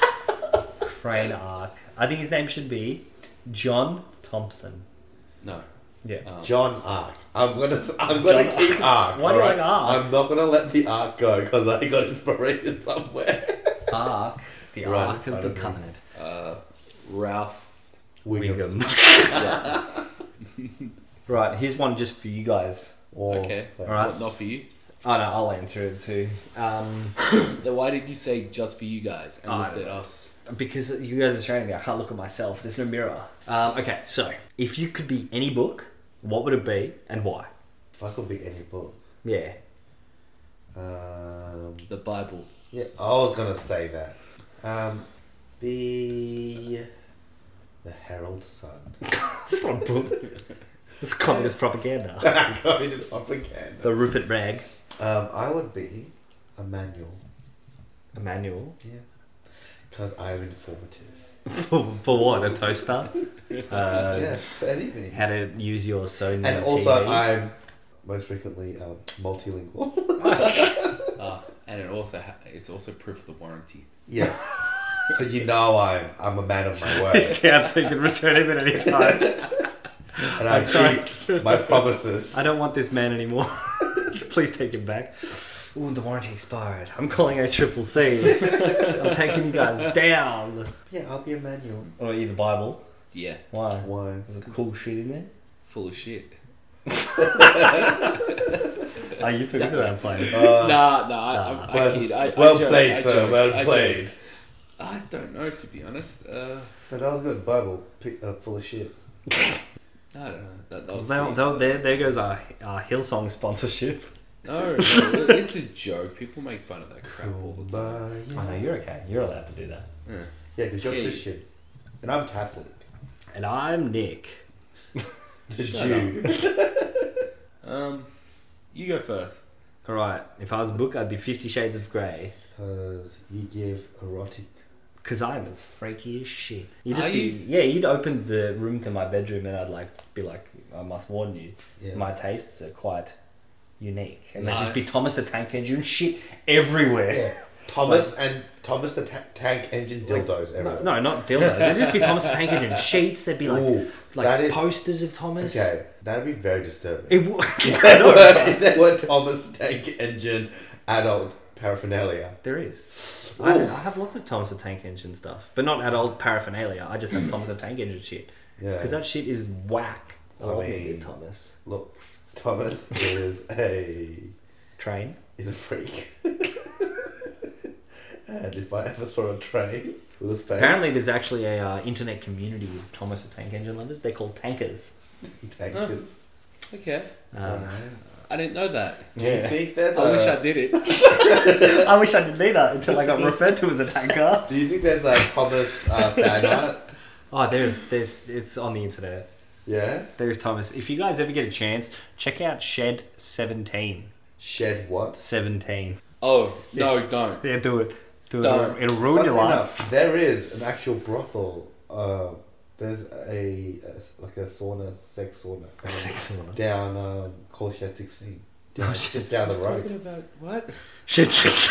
Speaker 3: Crane Arc. I think his name should be John Thompson.
Speaker 2: No.
Speaker 3: Yeah.
Speaker 4: Oh.
Speaker 2: Um,
Speaker 4: John Arc. I'm gonna. s- I'm gonna
Speaker 3: John
Speaker 4: keep Arc.
Speaker 3: Why do you
Speaker 4: alright?
Speaker 3: like Arc?
Speaker 4: I'm not gonna let the Arc go because I got inspiration somewhere.
Speaker 3: Arc. The
Speaker 4: Right,
Speaker 3: Ark
Speaker 4: I
Speaker 3: of the
Speaker 4: don't know.
Speaker 3: Covenant.
Speaker 2: uh, Ralph.
Speaker 4: Wiggum.
Speaker 3: Wiggum.
Speaker 2: Yeah.
Speaker 3: Right, here's one just for you guys. Or,
Speaker 4: Oh.
Speaker 2: okay.
Speaker 3: All right.
Speaker 2: What, not for you.
Speaker 3: Oh no, I'll answer it too. Um,
Speaker 2: Then why did you say just for you guys and
Speaker 3: I
Speaker 2: looked
Speaker 3: don't
Speaker 2: at
Speaker 3: know.
Speaker 2: us?
Speaker 3: because you guys are showing me, I can't look at myself. There's no mirror. Um, okay, so if you could be any book, what would it be and why?
Speaker 4: Fuck will be any book.
Speaker 3: Yeah.
Speaker 4: Um,
Speaker 2: The Bible.
Speaker 4: yeah, I was gonna say that. Um, the the Herald Sun.
Speaker 3: It's not a book. It's communist propaganda.
Speaker 4: Going to propaganda.
Speaker 3: The Rupert Rag.
Speaker 4: Um, I would be a manual.
Speaker 3: Emmanuel.
Speaker 4: Yeah, because I'm informative.
Speaker 3: For, for what? A toaster? Uh,
Speaker 2: Um,
Speaker 4: yeah, for anything.
Speaker 3: How to use your Sony.
Speaker 4: And also,
Speaker 3: TV.
Speaker 4: I'm most frequently um, multilingual.
Speaker 2: Ah, and it also ha- it's also proof of the warranty.
Speaker 4: yes. so you know I'm I'm a man of my word,
Speaker 3: It's down so you can return him at any time.
Speaker 4: and I
Speaker 3: I'm sorry.
Speaker 4: keep my promises.
Speaker 3: I don't want this man anymore. Please take it back. Ooh, the warranty expired. I'm calling a triple C. I'm taking you guys down.
Speaker 4: Yeah, I'll be Emmanuel.
Speaker 3: What about you, the Bible?
Speaker 2: Yeah,
Speaker 3: Why?
Speaker 4: Why?
Speaker 3: There's cool shit in there.
Speaker 2: full of shit.
Speaker 3: Oh, you took it to that place.
Speaker 4: Uh,
Speaker 2: nah, nah, I,
Speaker 3: Nah.
Speaker 2: I, I
Speaker 4: Well,
Speaker 2: kid. I, I
Speaker 4: well
Speaker 2: joke,
Speaker 4: played,
Speaker 2: I
Speaker 4: sir.
Speaker 2: joke,
Speaker 4: well
Speaker 2: I joke.
Speaker 4: played.
Speaker 2: I don't know, to be honest. Uh,
Speaker 4: So that was good. Bible pick, uh, full of shit.
Speaker 2: I don't know. That, that was
Speaker 3: Well,
Speaker 2: teased.
Speaker 3: there, there, there goes our, our Hillsong sponsorship.
Speaker 2: No, no, it- it's a joke. People make fun of that crap all the time.
Speaker 4: Kumbaya.
Speaker 3: I know Oh, you're okay. You're allowed to do that.
Speaker 2: Yeah.
Speaker 4: Yeah, because you're
Speaker 2: Yeah.
Speaker 4: Christian, and I'm Catholic.
Speaker 3: And I'm Nick.
Speaker 4: The
Speaker 2: Shut
Speaker 4: Jew.
Speaker 2: Um, you go first.
Speaker 3: All right. If I was a book, I'd be Fifty Shades of Grey.
Speaker 4: Because you give erotic.
Speaker 3: Cause I'm as freaky as shit. You just
Speaker 2: Are
Speaker 3: be
Speaker 2: you-
Speaker 3: yeah. You'd open the room to my bedroom, and I'd like be like, I must warn you,
Speaker 4: Yeah.
Speaker 3: my tastes are quite unique, and
Speaker 2: No.
Speaker 3: they'd just be Thomas the Tank Engine shit everywhere.
Speaker 4: yeah. Thomas and Thomas the ta- tank engine dildos.
Speaker 3: No,
Speaker 4: everywhere.
Speaker 3: no, not dildos. It'd just be Thomas the Tank Engine sheets. There'd be like
Speaker 4: Ooh,
Speaker 3: like
Speaker 4: that is-
Speaker 3: posters of Thomas.
Speaker 4: Okay, that'd be very disturbing.
Speaker 3: It w-
Speaker 4: If there were- if there were Thomas the tank engine adult paraphernalia.
Speaker 3: There is. I,
Speaker 4: Ooh.
Speaker 3: I have lots of Thomas the Tank Engine stuff, but not adult paraphernalia. I just have Thomas the Tank Engine shit
Speaker 4: Yeah.
Speaker 3: because that shit is whack. I
Speaker 4: I
Speaker 3: love
Speaker 4: mean-
Speaker 3: it, Thomas.
Speaker 4: Look, Thomas is a
Speaker 3: Train.
Speaker 4: is a freak. and if I ever saw a train with a face,
Speaker 3: Apparently, there's actually a uh, internet community of Thomas the Tank Engine lovers. They're called tankers.
Speaker 4: tankers.
Speaker 2: Okay.
Speaker 4: Oh,
Speaker 3: Um,
Speaker 2: I didn't know that.
Speaker 4: Do you think there's
Speaker 2: I
Speaker 4: a,
Speaker 2: wish I did it.
Speaker 3: I wish I didn't either until I got referred to as a tanker.
Speaker 4: Do you think there's a Thomas uh, fan art?
Speaker 3: Oh, there's there's it's on the internet.
Speaker 4: Yeah.
Speaker 3: There's Thomas. If you guys ever get a chance, check out Shed 17.
Speaker 4: Shed what?
Speaker 3: 17.
Speaker 2: Oh no, don't.
Speaker 3: Yeah, do it. Do it.
Speaker 2: Don't.
Speaker 3: It'll ruin your
Speaker 4: Funnily
Speaker 3: life.
Speaker 4: enough, there is an actual brothel. Uh, there's a, a like a sauna, sex sauna um, down um, Colchester 16. Down, just down the road.
Speaker 2: Talking about what?
Speaker 3: Shit, just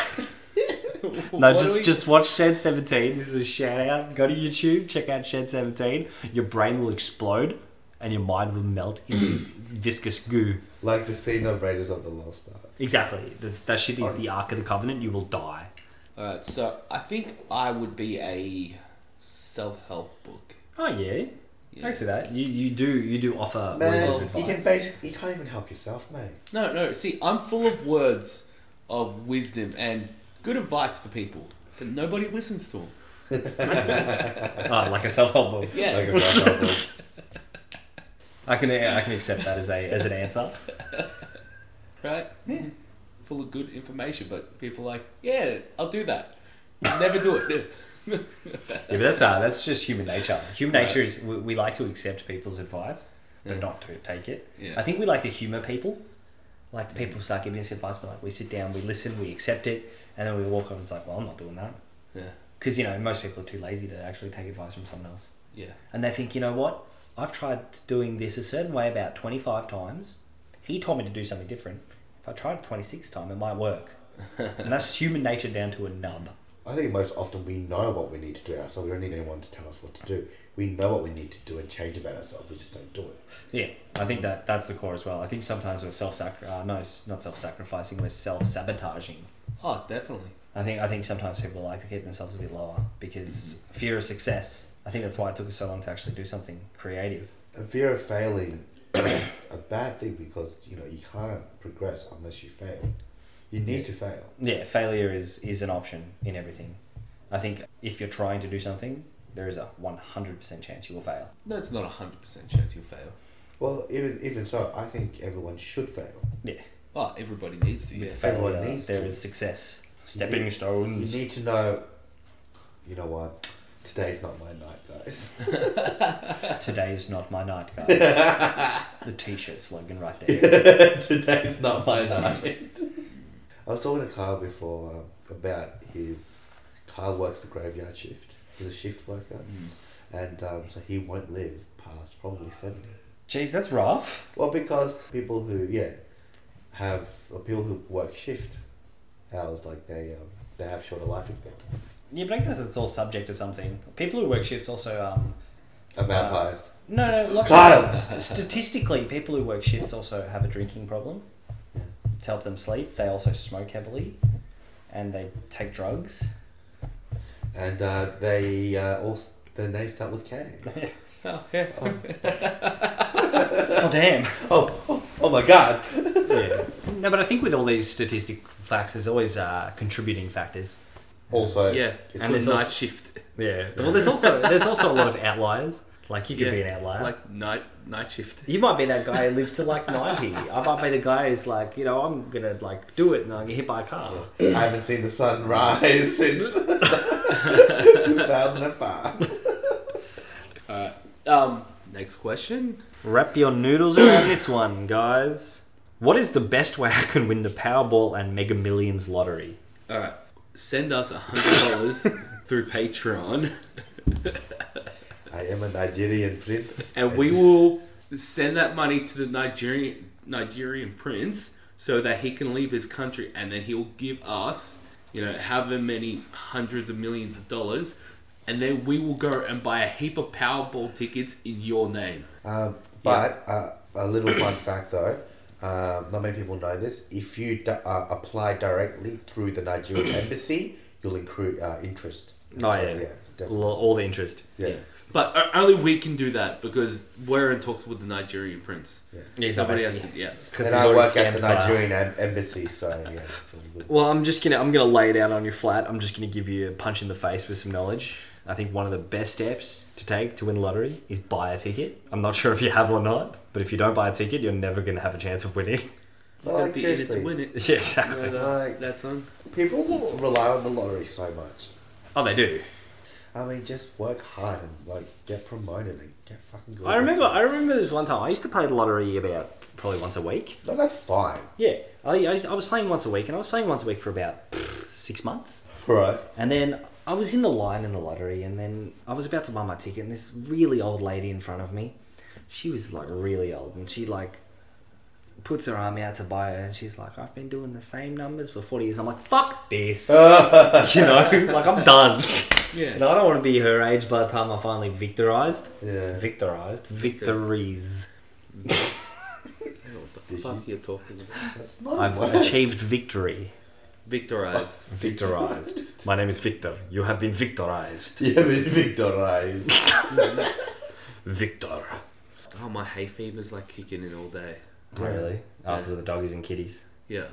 Speaker 3: no,
Speaker 2: What
Speaker 3: just
Speaker 2: are we-
Speaker 3: just watch Shed Seventeen. This is a shout out. Go to YouTube, check out Shed Seventeen. Your brain will explode, and your mind will melt into viscous goo.
Speaker 4: Like the scene of Raiders of the Lost Ark.
Speaker 3: Exactly. That's, that shit is the Ark of the Covenant. You will die.
Speaker 2: All right. So I think I would be a self-help book.
Speaker 3: Oh yeah.
Speaker 2: Yeah.
Speaker 3: Thanks for that. You you do you do offer words of
Speaker 4: Man,
Speaker 3: advice.
Speaker 4: you can basically you can't even help yourself, mate.
Speaker 2: No, no. See, I'm full of words of wisdom and good advice for people, but nobody listens to them.
Speaker 3: Oh, like a self help book.
Speaker 2: Yeah.
Speaker 4: Like a self-help
Speaker 3: I can I can accept that as a as an answer.
Speaker 2: right? Yeah. Full of good information, but people are like, yeah, I'll do that. Never do it.
Speaker 3: Yeah, but that's uh, that's just human nature. Human
Speaker 2: Right.
Speaker 3: nature is we, we like to accept people's advice, but
Speaker 2: Yeah.
Speaker 3: not to take it.
Speaker 2: Yeah. Mm.
Speaker 3: I think we like to humor people. Like people start giving us advice, but like we sit down, we listen, we accept it, and then we walk off. And it's like, well, I'm not doing that
Speaker 2: Yeah.
Speaker 3: because you know most people are too lazy to actually take advice from someone else,
Speaker 2: Yeah.
Speaker 3: and they think, you know what? I've tried doing this a certain way about 25 times. He told me to do something different. If I tried 26 time, it might work. and that's human nature down to a nub.
Speaker 4: I think most often we know what we need to do ourselves. We don't need anyone to tell us what to do. We know what we need to do and change about ourselves. We just don't do it.
Speaker 3: Yeah, I think that that's the core as well. I think sometimes we're self sac uh, no, it's not self sacrificing. We're self sabotaging.
Speaker 2: Oh, definitely.
Speaker 3: I think I think sometimes people like to keep themselves a bit lower because fear of success. I think that's why it took us so long to actually do something creative.
Speaker 4: And fear of failing is a bad thing because you know you can't progress unless you fail. You need to fail.
Speaker 3: Yeah, failure is is an option in everything. I think if you're trying to do something, there is a one hundred percent chance you will fail.
Speaker 2: No, it's not a hundred percent chance you'll fail.
Speaker 4: Well, even even so, I think everyone should fail.
Speaker 2: Well, everybody needs to. Yeah.
Speaker 3: With
Speaker 4: Everyone
Speaker 3: failure,
Speaker 4: needs
Speaker 3: there
Speaker 4: to.
Speaker 3: is success.
Speaker 4: You
Speaker 3: Stepping
Speaker 4: need- You
Speaker 3: stones.
Speaker 4: need to know. You know what? Today's not my night, guys.
Speaker 3: Today's not my night, guys. the T-shirt slogan right there.
Speaker 4: Today's not my night. I was talking to Kyle before um, about his. Kyle works the graveyard shift. He's a shift worker,
Speaker 2: Mm.
Speaker 4: and um, so he won't live past probably seventy.
Speaker 3: Jeez, that's rough.
Speaker 4: Well, because people who yeah have or people who work shift hours like they um, they have shorter life expectancy.
Speaker 3: Yeah, but I guess it's all subject to something. People who work shifts also. Um,
Speaker 4: Are vampires?
Speaker 3: no, no, lots
Speaker 4: Kyle!
Speaker 3: of, st- statistically, people who work shifts also have a drinking problem. to help them sleep. They also smoke heavily, and they take drugs.
Speaker 4: And uh, they uh, also their names start with K.
Speaker 2: Oh, yeah.
Speaker 3: Oh damn!
Speaker 4: oh, oh, oh my God!
Speaker 3: yeah. No, but I think with all these statistic facts, there's always uh, contributing factors.
Speaker 4: Also,
Speaker 2: yeah.
Speaker 4: it's
Speaker 2: and
Speaker 3: there's
Speaker 2: there's
Speaker 3: also-
Speaker 2: night shift.
Speaker 3: Yeah. Well, there's also there's also a lot of outliers. Like you could be an outlier.
Speaker 2: Like night night shift.
Speaker 3: you might be that guy who lives to like ninety. I might be the guy who's like, you know, I'm gonna like do it and I get hit by a car.
Speaker 4: I haven't seen the sun rise since 2005.
Speaker 2: Alright. Um, next question.
Speaker 3: Wrap your noodles around this one, guys. What is the best way I can win the Powerball and Mega Millions lottery?
Speaker 2: All right, send us a hundred dollars through Patreon,
Speaker 4: I am a Nigerian prince,
Speaker 2: and we will send that money to the Nigerian Nigerian prince so that he can leave his country, and then he'll give us, you know, however many hundreds of millions of dollars, and then we will go and buy a heap of Powerball tickets in your name.
Speaker 4: Um, but uh, a little fun fact though, um, not many people know this. If you di- uh, apply directly through the Nigerian embassy, you'll accrue uh, interest.
Speaker 3: Oh yeah,
Speaker 4: So, so
Speaker 3: Lo-
Speaker 4: definitely.
Speaker 3: all, the interest.
Speaker 4: Yeah.
Speaker 2: But o- only we can do that because we're in talks with the Nigerian prince.
Speaker 3: Yeah,
Speaker 2: Somebody else, can, yeah.
Speaker 4: And I work at the Nigerian em- embassy, so yeah. it's all good.
Speaker 3: Well, I'm just gonna I'm gonna lay down on your flat. I'm just gonna give you a punch in the face with some knowledge. I think one of the best steps to take to win the lottery is buy a ticket. I'm not sure if you have or not, but if you don't buy a ticket, you're never gonna have a chance of winning.
Speaker 4: But like
Speaker 2: At the end, it's
Speaker 4: seriously,
Speaker 2: win it.
Speaker 3: yeah,
Speaker 2: You
Speaker 3: exactly.
Speaker 2: know that,
Speaker 4: Like-
Speaker 2: that song.
Speaker 4: people rely on the lottery so much.
Speaker 3: Oh, they do.
Speaker 4: I mean, just work hard and like get promoted and get fucking good.
Speaker 3: I remember. I remember this one time. I used to play the lottery about probably once a week.
Speaker 4: No, that's fine,
Speaker 3: Yeah, I, I, used- I was playing once a week, and I was playing once a week for about pff, six months.
Speaker 4: right?
Speaker 3: And then I was in the line in the lottery, and then I was about to buy my ticket, and this really old lady in front of me, she was like really old, and she like puts her arm out to buy her, and she's like, "I've been doing the same numbers for forty years." I'm like, "Fuck this," you know, like I'm done.
Speaker 2: Yeah.
Speaker 3: And I don't want to be her age by the time I finally victorized,
Speaker 4: Yeah.
Speaker 3: victorized, victories.
Speaker 2: What the fuck are you talking about?
Speaker 4: That's not
Speaker 3: I've
Speaker 4: a word.
Speaker 3: achieved victory.
Speaker 2: Victorized.
Speaker 3: Victorized. My name is Victor. You have been victorized.
Speaker 4: Yeah, but victorized.
Speaker 3: Oh, Victor.
Speaker 2: Oh, my hay fever's like kicking in all day.
Speaker 3: Really? Oh, because of the doggies and kitties.
Speaker 2: Yeah.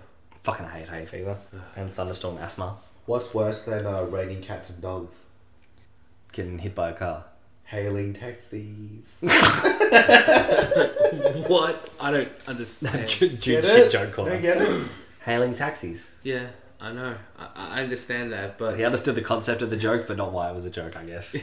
Speaker 3: Fucking hate hay fever and thunderstorm asthma.
Speaker 4: What's worse than uh, raining cats and dogs?
Speaker 3: Getting hit by a car.
Speaker 4: Hailing taxis.
Speaker 2: What? I don't understand.
Speaker 3: Dude,
Speaker 4: Get
Speaker 3: shit
Speaker 4: it?
Speaker 3: joke
Speaker 4: Don't
Speaker 3: corner.
Speaker 4: get it?
Speaker 3: Hailing taxis.
Speaker 2: yeah, I know. I, I understand that, but
Speaker 3: He understood the concept of the joke, but not why it was a joke, I guess.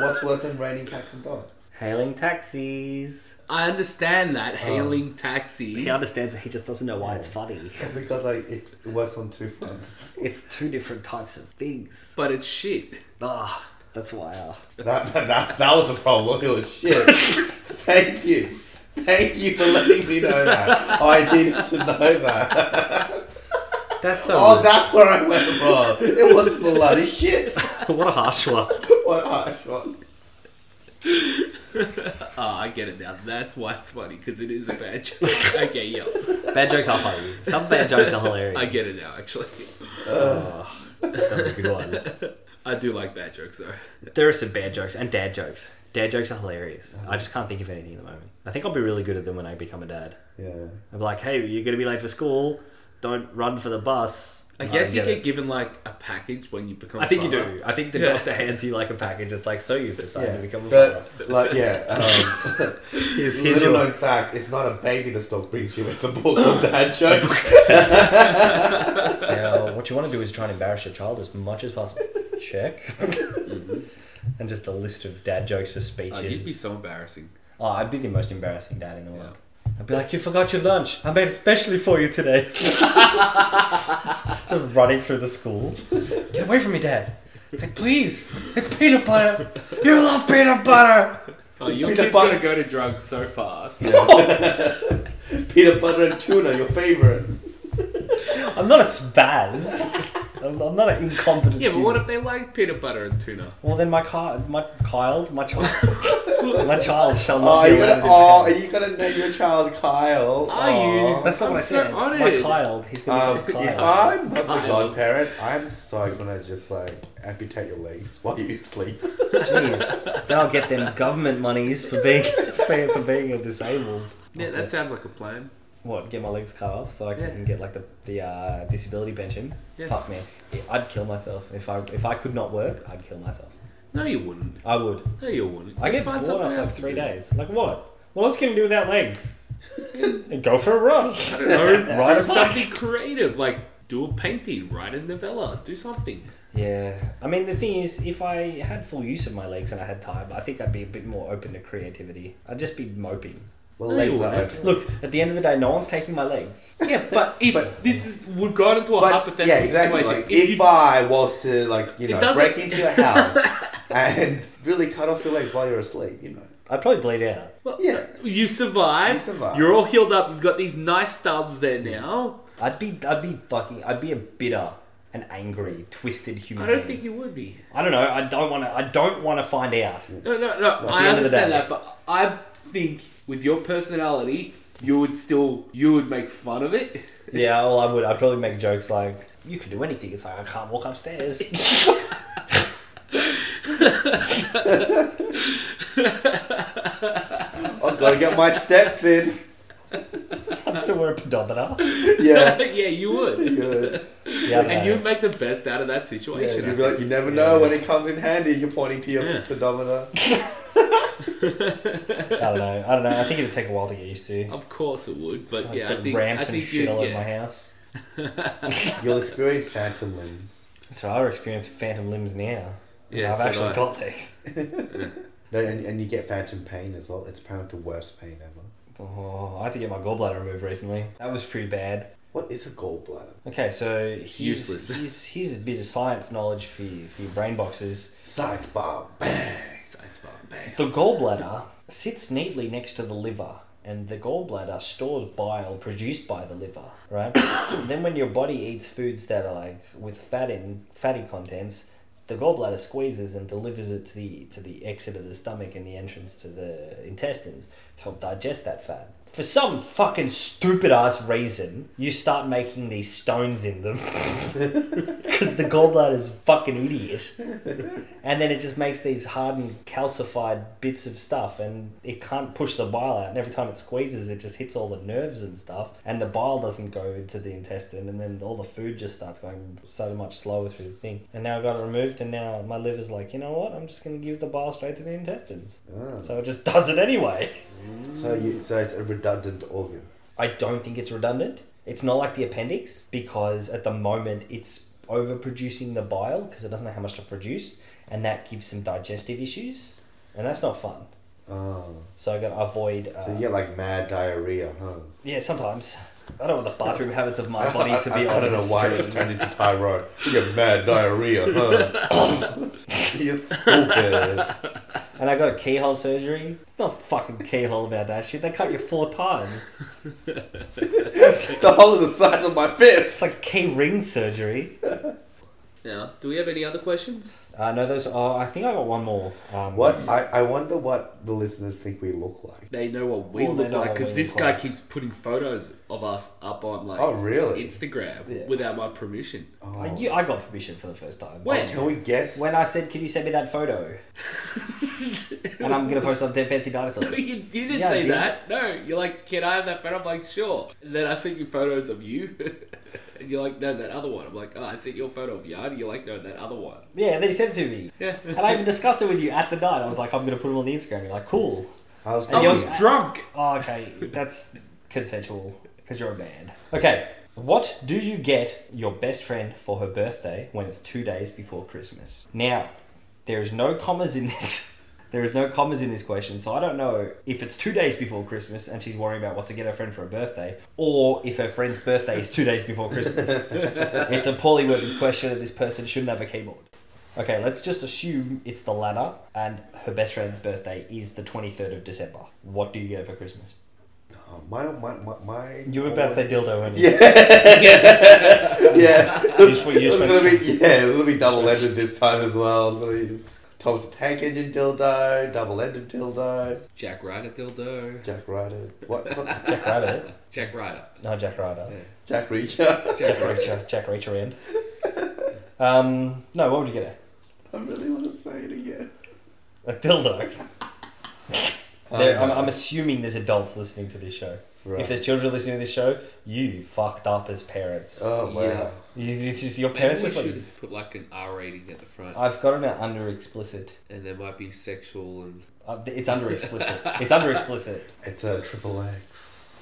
Speaker 4: What's worse than raining cats and dogs?
Speaker 3: Hailing taxis.
Speaker 2: I understand
Speaker 3: Um,
Speaker 2: that hailing taxis.
Speaker 3: He understands it, he just doesn't know why it's funny.
Speaker 4: Because like it, it works on two fronts.
Speaker 3: It's two different types of things.
Speaker 2: but it's shit.
Speaker 3: Ah, that's why. Uh,
Speaker 4: that, that, that, that was the problem. It was shit. Thank you. Thank you for letting me know that. I needed to know that.
Speaker 3: that's so.
Speaker 4: Oh,
Speaker 3: rude.
Speaker 4: that's where I went wrong. It was bloody shit.
Speaker 3: what a harsh one.
Speaker 4: What a harsh one.
Speaker 2: Ah, I get it now. That's why it's funny because it is a bad joke. okay, yeah,
Speaker 3: Bad jokes are funny. Some bad jokes are hilarious.
Speaker 2: I get it now. Actually,
Speaker 3: Oh, that was a good one.
Speaker 2: I do like bad jokes though.
Speaker 3: There are some bad jokes and dad jokes. Dad jokes are hilarious.
Speaker 2: Uh-huh.
Speaker 3: I just can't think of anything at the moment. I think I'll be really good at them when I become a dad.
Speaker 4: Yeah.
Speaker 3: I'll be like, hey, you're going to be late for school. Don't run for the bus.
Speaker 2: I guess you
Speaker 3: get
Speaker 2: get
Speaker 3: it.
Speaker 2: given like a package when you become.
Speaker 3: I think you
Speaker 2: father.
Speaker 3: do. I think the
Speaker 2: Yeah.
Speaker 3: doctor hands you like a package. It's like, so you've decided
Speaker 4: Yeah,
Speaker 3: to become a father.
Speaker 4: but like yeah, um,
Speaker 3: Here's, here's
Speaker 4: little
Speaker 3: your
Speaker 4: known fact: it's not a baby that still brings you. It's a book of dad joke.
Speaker 3: Now, what you want to do is try and embarrass your child as much as possible. Check. and just a list of dad jokes for speeches.
Speaker 2: Mm-hmm. Oh, you'd be so embarrassing.
Speaker 3: Oh, I'd be the most embarrassing dad in the
Speaker 2: Yeah.
Speaker 3: world. I'd be like, you forgot your lunch. I made it specially for you today. Just running through the school. Get away from me, dad. It's like, please, it's peanut butter. You love peanut butter.
Speaker 2: Oh, your
Speaker 4: Peter
Speaker 2: kid's
Speaker 4: Pan-
Speaker 2: gonna go to drugs so fast.
Speaker 4: Peanut butter and tuna, your favorite.
Speaker 3: I'm not a spaz. I'm I'm not an incompetent.
Speaker 2: Yeah, but what
Speaker 3: human.
Speaker 2: if they like peanut butter and tuna?
Speaker 3: Well, then my child, my child, my child, my child shall
Speaker 4: Oh,
Speaker 3: not
Speaker 4: are
Speaker 3: be
Speaker 4: you gonna,
Speaker 3: allowed in
Speaker 4: oh, are
Speaker 3: heaven.
Speaker 4: you gonna name your child Kyle?
Speaker 2: Are you?
Speaker 4: Aw.
Speaker 3: That's not
Speaker 2: I'm
Speaker 3: what I
Speaker 2: so
Speaker 3: said. My
Speaker 2: honoured.
Speaker 3: child. He's
Speaker 4: Um,
Speaker 3: gonna be called
Speaker 4: if
Speaker 3: Kyle.
Speaker 4: I'm the
Speaker 2: Kyle.
Speaker 4: godparent, I'm so gonna just like amputate your legs while you sleep.
Speaker 3: Jeez. Then I'll get them government monies for being for, for being a disabled.
Speaker 2: Yeah, that sounds like a plan.
Speaker 3: What? Get my legs cut off so I can
Speaker 2: Yeah.
Speaker 3: get like the the uh, disability pension.
Speaker 2: Yeah.
Speaker 3: Fuck man, Yeah, I'd kill myself if I if I could not work. I'd kill myself.
Speaker 2: No, you wouldn't.
Speaker 3: I would.
Speaker 2: No, you wouldn't.
Speaker 3: I get
Speaker 2: Find
Speaker 3: bored
Speaker 2: something
Speaker 3: after like
Speaker 2: else to
Speaker 3: three
Speaker 2: do.
Speaker 3: days. Like what? What else can you do without legs? Go for a run.
Speaker 2: I don't know.
Speaker 3: Ride a
Speaker 2: do something creative, like do a painting, write a novella, do something.
Speaker 3: Yeah, I mean the thing is, if I had full use of my legs and I had time, I think I'd be a bit more open to creativity. I'd just be moping.
Speaker 4: Well,
Speaker 2: No, you
Speaker 4: legs are
Speaker 2: wouldn't.
Speaker 4: open.
Speaker 3: Look, at the end of the day, no one's taking my legs.
Speaker 2: Yeah, but if
Speaker 4: But-
Speaker 2: this is we've gone into a
Speaker 4: But
Speaker 2: hypothetical
Speaker 4: yeah, exactly.
Speaker 2: situation,
Speaker 4: Like,
Speaker 2: if,
Speaker 4: if
Speaker 2: you
Speaker 4: I was to like you
Speaker 2: It
Speaker 4: know
Speaker 2: doesn't-
Speaker 4: break into your house and really cut off your legs while you're asleep, you know.
Speaker 3: I'd probably bleed out.
Speaker 2: Well,
Speaker 4: Yeah.
Speaker 2: you survive.
Speaker 4: You survive.
Speaker 2: You're all healed up. You've got these nice stubs there now.
Speaker 3: I'd be, I'd be fucking, I'd be a bitter and angry, twisted human.
Speaker 2: I don't
Speaker 3: being.
Speaker 2: think you would be.
Speaker 3: I don't know. I don't want to. I don't want to find out.
Speaker 2: No, no, no.
Speaker 3: the
Speaker 2: I
Speaker 3: end of the
Speaker 2: understand
Speaker 3: day.
Speaker 2: that, but I think with your personality, you would still you would make fun of it.
Speaker 3: Yeah, well, I would. I'd probably make jokes like, "You can do anything." It's like I can't walk upstairs.
Speaker 4: I've got to get my steps in.
Speaker 3: I'd still wear a pedometer.
Speaker 4: Yeah.
Speaker 2: yeah, you would.
Speaker 4: Good.
Speaker 3: Yeah,
Speaker 2: And you would make the best out of that
Speaker 4: Yeah,
Speaker 2: situation. I
Speaker 4: you'd be
Speaker 2: think.
Speaker 4: like, you never know when it comes in handy. You're pointing to your
Speaker 2: Yeah.
Speaker 4: speedometer.
Speaker 3: I don't know. I don't know. I think it'd take a while to get used to.
Speaker 2: Of course it would, but
Speaker 3: Like,
Speaker 2: Oh, yeah,
Speaker 3: put
Speaker 2: I think
Speaker 3: ramps
Speaker 2: I think
Speaker 3: and shit
Speaker 2: you,
Speaker 3: all over
Speaker 2: yeah.
Speaker 3: my house.
Speaker 4: You'll experience phantom limbs.
Speaker 3: So I've experienced phantom limbs now.
Speaker 2: Yeah,
Speaker 3: I've
Speaker 2: so
Speaker 3: actually
Speaker 2: do I.
Speaker 3: got legs.
Speaker 4: No, and, and you get phantom pain as well. It's apparently the worst pain ever.
Speaker 3: Oh, I had to get my gallbladder removed recently. That was pretty bad.
Speaker 4: What is a gallbladder?
Speaker 3: Okay, so here's,
Speaker 2: useless.
Speaker 3: Here's, here's a bit of science knowledge for you, for your brain boxes.
Speaker 4: Science bar. Bang.
Speaker 2: Science bar, bang.
Speaker 3: The gallbladder sits neatly next to the liver, and the gallbladder stores bile produced by the liver, right? then when your body eats foods that are like with fat in fatty contents, the gallbladder squeezes and delivers it to the to the exit of the stomach and the entrance to the intestines to help digest that fat. For some fucking stupid ass reason, you start making these stones in them because the gallbladder's a fucking idiot and then it just makes these hardened, calcified bits of stuff, and it can't push the bile out. And every time it squeezes, it just hits all the nerves and stuff, and the bile doesn't go into the intestine, and then all the food just starts going so much slower through the thing. And now I got it removed, and now my liver's like, you know what? I'm just gonna give the bile straight to the intestines.
Speaker 4: Ah.
Speaker 3: So it just does it anyway.
Speaker 4: So, you, so it's a redundant organ.
Speaker 3: I don't think it's redundant. It's not like the appendix because at the moment it's overproducing the bile because it doesn't know how much to produce, and that gives some digestive issues, and that's not fun.
Speaker 4: Oh.
Speaker 3: So I gotta avoid. Uh,
Speaker 4: So you get like mad diarrhea, huh?
Speaker 3: yeah, sometimes I don't want the bathroom habits of my body to
Speaker 4: I,
Speaker 3: be.
Speaker 4: I, I don't know why it's turned into Tyrone. You get mad diarrhea, huh? you stupid.
Speaker 3: And I got a keyhole surgery. It's not fucking keyhole about that shit. They cut you four times.
Speaker 4: The whole of the size of my
Speaker 3: It's
Speaker 4: fist.
Speaker 3: like key ring surgery.
Speaker 2: Now, do we have any other questions?
Speaker 3: Uh, no, those. Oh, I think I got one more. Um,
Speaker 4: What I, I wonder what the listeners think we look like.
Speaker 2: They know what we
Speaker 3: Well, they
Speaker 2: look
Speaker 3: know
Speaker 2: like
Speaker 3: what we
Speaker 2: because this
Speaker 3: look
Speaker 2: guy
Speaker 3: like.
Speaker 2: keeps putting photos of us up on like
Speaker 4: Oh really?
Speaker 2: Instagram
Speaker 3: Yeah.
Speaker 2: without my permission.
Speaker 4: Oh.
Speaker 3: I, you, I got permission for the first time.
Speaker 2: When?
Speaker 4: Can we guess?
Speaker 3: When I said, "Can you send me that photo?" and I'm gonna post on Dead Fancy
Speaker 2: No,
Speaker 3: Dinosaurs.
Speaker 2: you didn't
Speaker 3: Yeah, I
Speaker 2: say
Speaker 3: did.
Speaker 2: that. No, you're like, can I have that photo? I'm like, sure. And then I sent you photos of you. and you're like, no, that other one. I'm like, oh, I sent you a photo of Yarn. You're like, no, that other one.
Speaker 3: Yeah, and then you sent it to me,
Speaker 2: Yeah.
Speaker 3: and I even discussed it with you at the night. I was like, "I'm gonna put them on the Instagram." You're like, "Cool."
Speaker 4: I was
Speaker 3: And
Speaker 2: I
Speaker 3: you're-
Speaker 2: was drunk.
Speaker 3: Oh, okay, that's consensual because you're a man. Okay, what do you get your best friend for her birthday when it's two days before Christmas? Now, there is no commas in this. There is no commas in this question, so I don't know if it's two days before Christmas and she's worrying about what to get her friend for her birthday, or if her friend's birthday is two days before Christmas. it's a poorly worded question, and this person shouldn't have a keyboard. Okay, let's just assume it's the latter, and her best friend's birthday is the 23rd of December. What do you get for Christmas?
Speaker 4: Um, my, my, my, my.
Speaker 5: You were about to say dildo, and
Speaker 4: Yeah. yeah.
Speaker 5: You just went- you just
Speaker 4: It was
Speaker 5: went
Speaker 4: gonna be- yeah, it's gonna be double ended
Speaker 5: straight.
Speaker 4: this time as well. It's gonna be just Thomas the Tank Engine dildo, double ended dildo,
Speaker 2: Jack Ryder dildo.
Speaker 4: Jack Ryder. What? what
Speaker 5: Jack Rabbit.
Speaker 2: Jack Ryder.
Speaker 5: No, Jack Ryder.
Speaker 4: Jack Reacher.
Speaker 2: Jack
Speaker 5: Jack
Speaker 2: Ryder.
Speaker 5: Reacher. Jack Reacher end. Um, no, what would you get?
Speaker 4: I really want to say it again.
Speaker 5: A, a dildo. There, I'm, I'm assuming there's adults listening to this show.
Speaker 4: Right.
Speaker 5: If there's children listening to this show, you fucked up as parents.
Speaker 4: oh wow.
Speaker 2: Yeah.
Speaker 5: You- you- you- your
Speaker 2: Maybe
Speaker 5: parents
Speaker 2: we
Speaker 5: just like,
Speaker 2: should put like an R rating at the front,
Speaker 5: I've got it now under explicit.
Speaker 2: and there might be sexual and
Speaker 5: Uh, it's under explicit. it's under explicit.
Speaker 4: It's a triple X.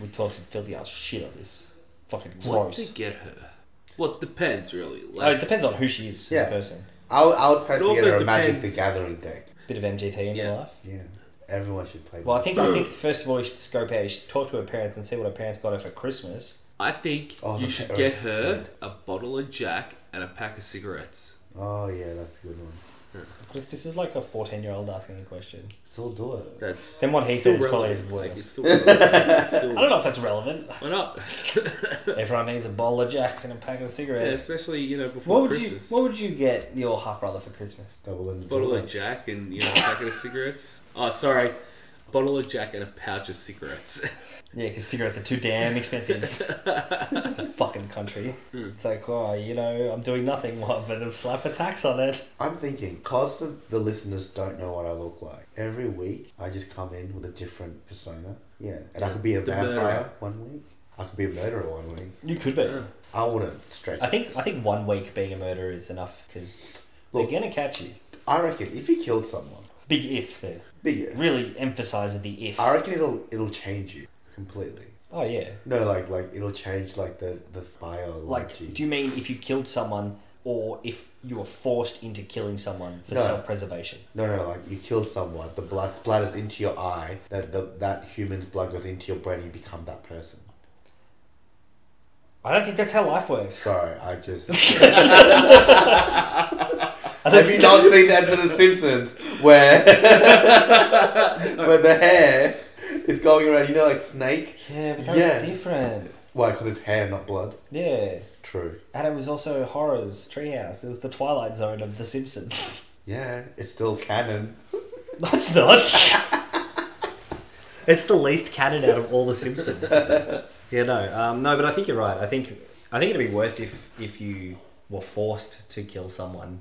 Speaker 5: We talk some filthy ass shit on this. Fucking
Speaker 2: What to
Speaker 5: gross.
Speaker 2: get her? Well, it depends really.
Speaker 5: Oh, it
Speaker 2: Like,
Speaker 5: depends on who she is as
Speaker 4: Yeah.
Speaker 5: a person.
Speaker 4: I would, I would personally
Speaker 2: also
Speaker 4: get her a Magic the
Speaker 2: depends.
Speaker 4: Gathering deck.
Speaker 5: Bit of MGT in
Speaker 2: Yeah.
Speaker 5: your life.
Speaker 4: Yeah. Everyone should play.
Speaker 5: Well, I think I think first of all you should scope out. You should talk to her parents and see what her parents got her for Christmas.
Speaker 2: I think
Speaker 4: Oh,
Speaker 2: you
Speaker 4: the
Speaker 2: should
Speaker 4: parents.
Speaker 2: get her a bottle of Jack and a pack of cigarettes.
Speaker 4: oh yeah, that's a good one.
Speaker 5: But if this is like a fourteen-year-old asking a question,
Speaker 4: So do it.
Speaker 2: That's
Speaker 5: Then what he
Speaker 2: still
Speaker 5: said is probably
Speaker 2: relevant.
Speaker 5: worse.
Speaker 2: Like, it's still relevant. It's still
Speaker 5: I don't know if that's relevant.
Speaker 2: Why not?
Speaker 5: Everyone needs a bottle of Jack and a pack of
Speaker 2: Yeah,
Speaker 5: cigarettes.
Speaker 2: especially you know before
Speaker 5: What would
Speaker 2: Christmas.
Speaker 5: you What would you get your half brother for Christmas?
Speaker 4: Double ended.
Speaker 2: bottle of Jack and you know a packet of cigarettes. Oh, sorry, bottle of Jack and a pouch of cigarettes.
Speaker 5: Yeah, because cigarettes are too damn expensive. the fucking country.
Speaker 2: Hmm.
Speaker 5: It's like, oh, you know, I'm doing nothing. What? But I'll slap a tax on it.
Speaker 4: I'm thinking, cause the, the listeners don't know what I look like. Every week, I just come in with a different persona. Yeah, and I could be a
Speaker 2: The
Speaker 4: vampire
Speaker 2: murderer.
Speaker 4: one week. I could be a murderer one week.
Speaker 5: You could be.
Speaker 2: Yeah.
Speaker 4: I wouldn't stretch.
Speaker 5: I think I think one week being a murderer is enough because they're
Speaker 4: Look.
Speaker 5: gonna catch you.
Speaker 4: I reckon if he killed someone,
Speaker 5: Big if there.
Speaker 4: but yeah,
Speaker 5: Really emphasizes the if.
Speaker 4: I reckon it'll it'll change you completely.
Speaker 5: Oh yeah.
Speaker 4: No, like like it'll change like the the biology.
Speaker 5: Like, do you mean if you killed someone or if you were forced into killing someone for
Speaker 4: No.
Speaker 5: self-preservation?
Speaker 4: No, no, like you kill someone, the blood splatters into your eye, that the, that human's blood goes into your brain, you become that person.
Speaker 5: I don't think that's how life works.
Speaker 4: Sorry, I just.
Speaker 5: I don't
Speaker 4: Have you
Speaker 5: think
Speaker 4: not seen that for The Simpsons where where the hair is going around? You know, like snake.
Speaker 5: Yeah, but that's
Speaker 4: Yeah.
Speaker 5: different.
Speaker 4: Why? Because it's hair, not blood.
Speaker 5: Yeah.
Speaker 4: True.
Speaker 5: And it was also horrors, Treehouse. It was the Twilight Zone of The Simpsons.
Speaker 4: Yeah, it's still canon.
Speaker 5: No, it's not. it's the least canon out of all The Simpsons.
Speaker 3: Yeah, no, um, no, but I think you're right. I think I think it'd be worse if if you were forced to kill someone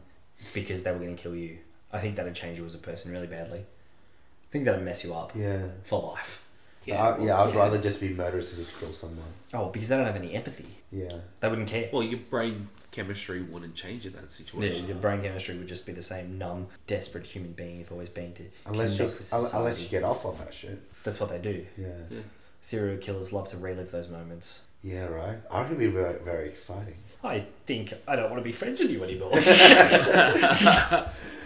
Speaker 3: because they were going to kill you. I think that'd change you as a person really badly. I think that'd mess you up
Speaker 4: Yeah.
Speaker 3: for life.
Speaker 4: Yeah, I, Uh, yeah I'd rather just be murderous and just kill someone.
Speaker 3: Oh, because they don't have any empathy.
Speaker 4: Yeah.
Speaker 3: They wouldn't care.
Speaker 2: Well, your brain chemistry wouldn't change in that
Speaker 3: Yeah,
Speaker 2: situation.
Speaker 3: your brain chemistry would just be the same numb, desperate human being you've always been to.
Speaker 4: Unless you,
Speaker 3: connect with
Speaker 4: un- unless
Speaker 3: society.
Speaker 4: you get off on that shit.
Speaker 3: That's what they do.
Speaker 4: Yeah.
Speaker 3: Serial killers love to relive those moments.
Speaker 4: Yeah, right. I reckon it'd be very, very exciting.
Speaker 5: I think I don't want to be friends with you anymore. no, I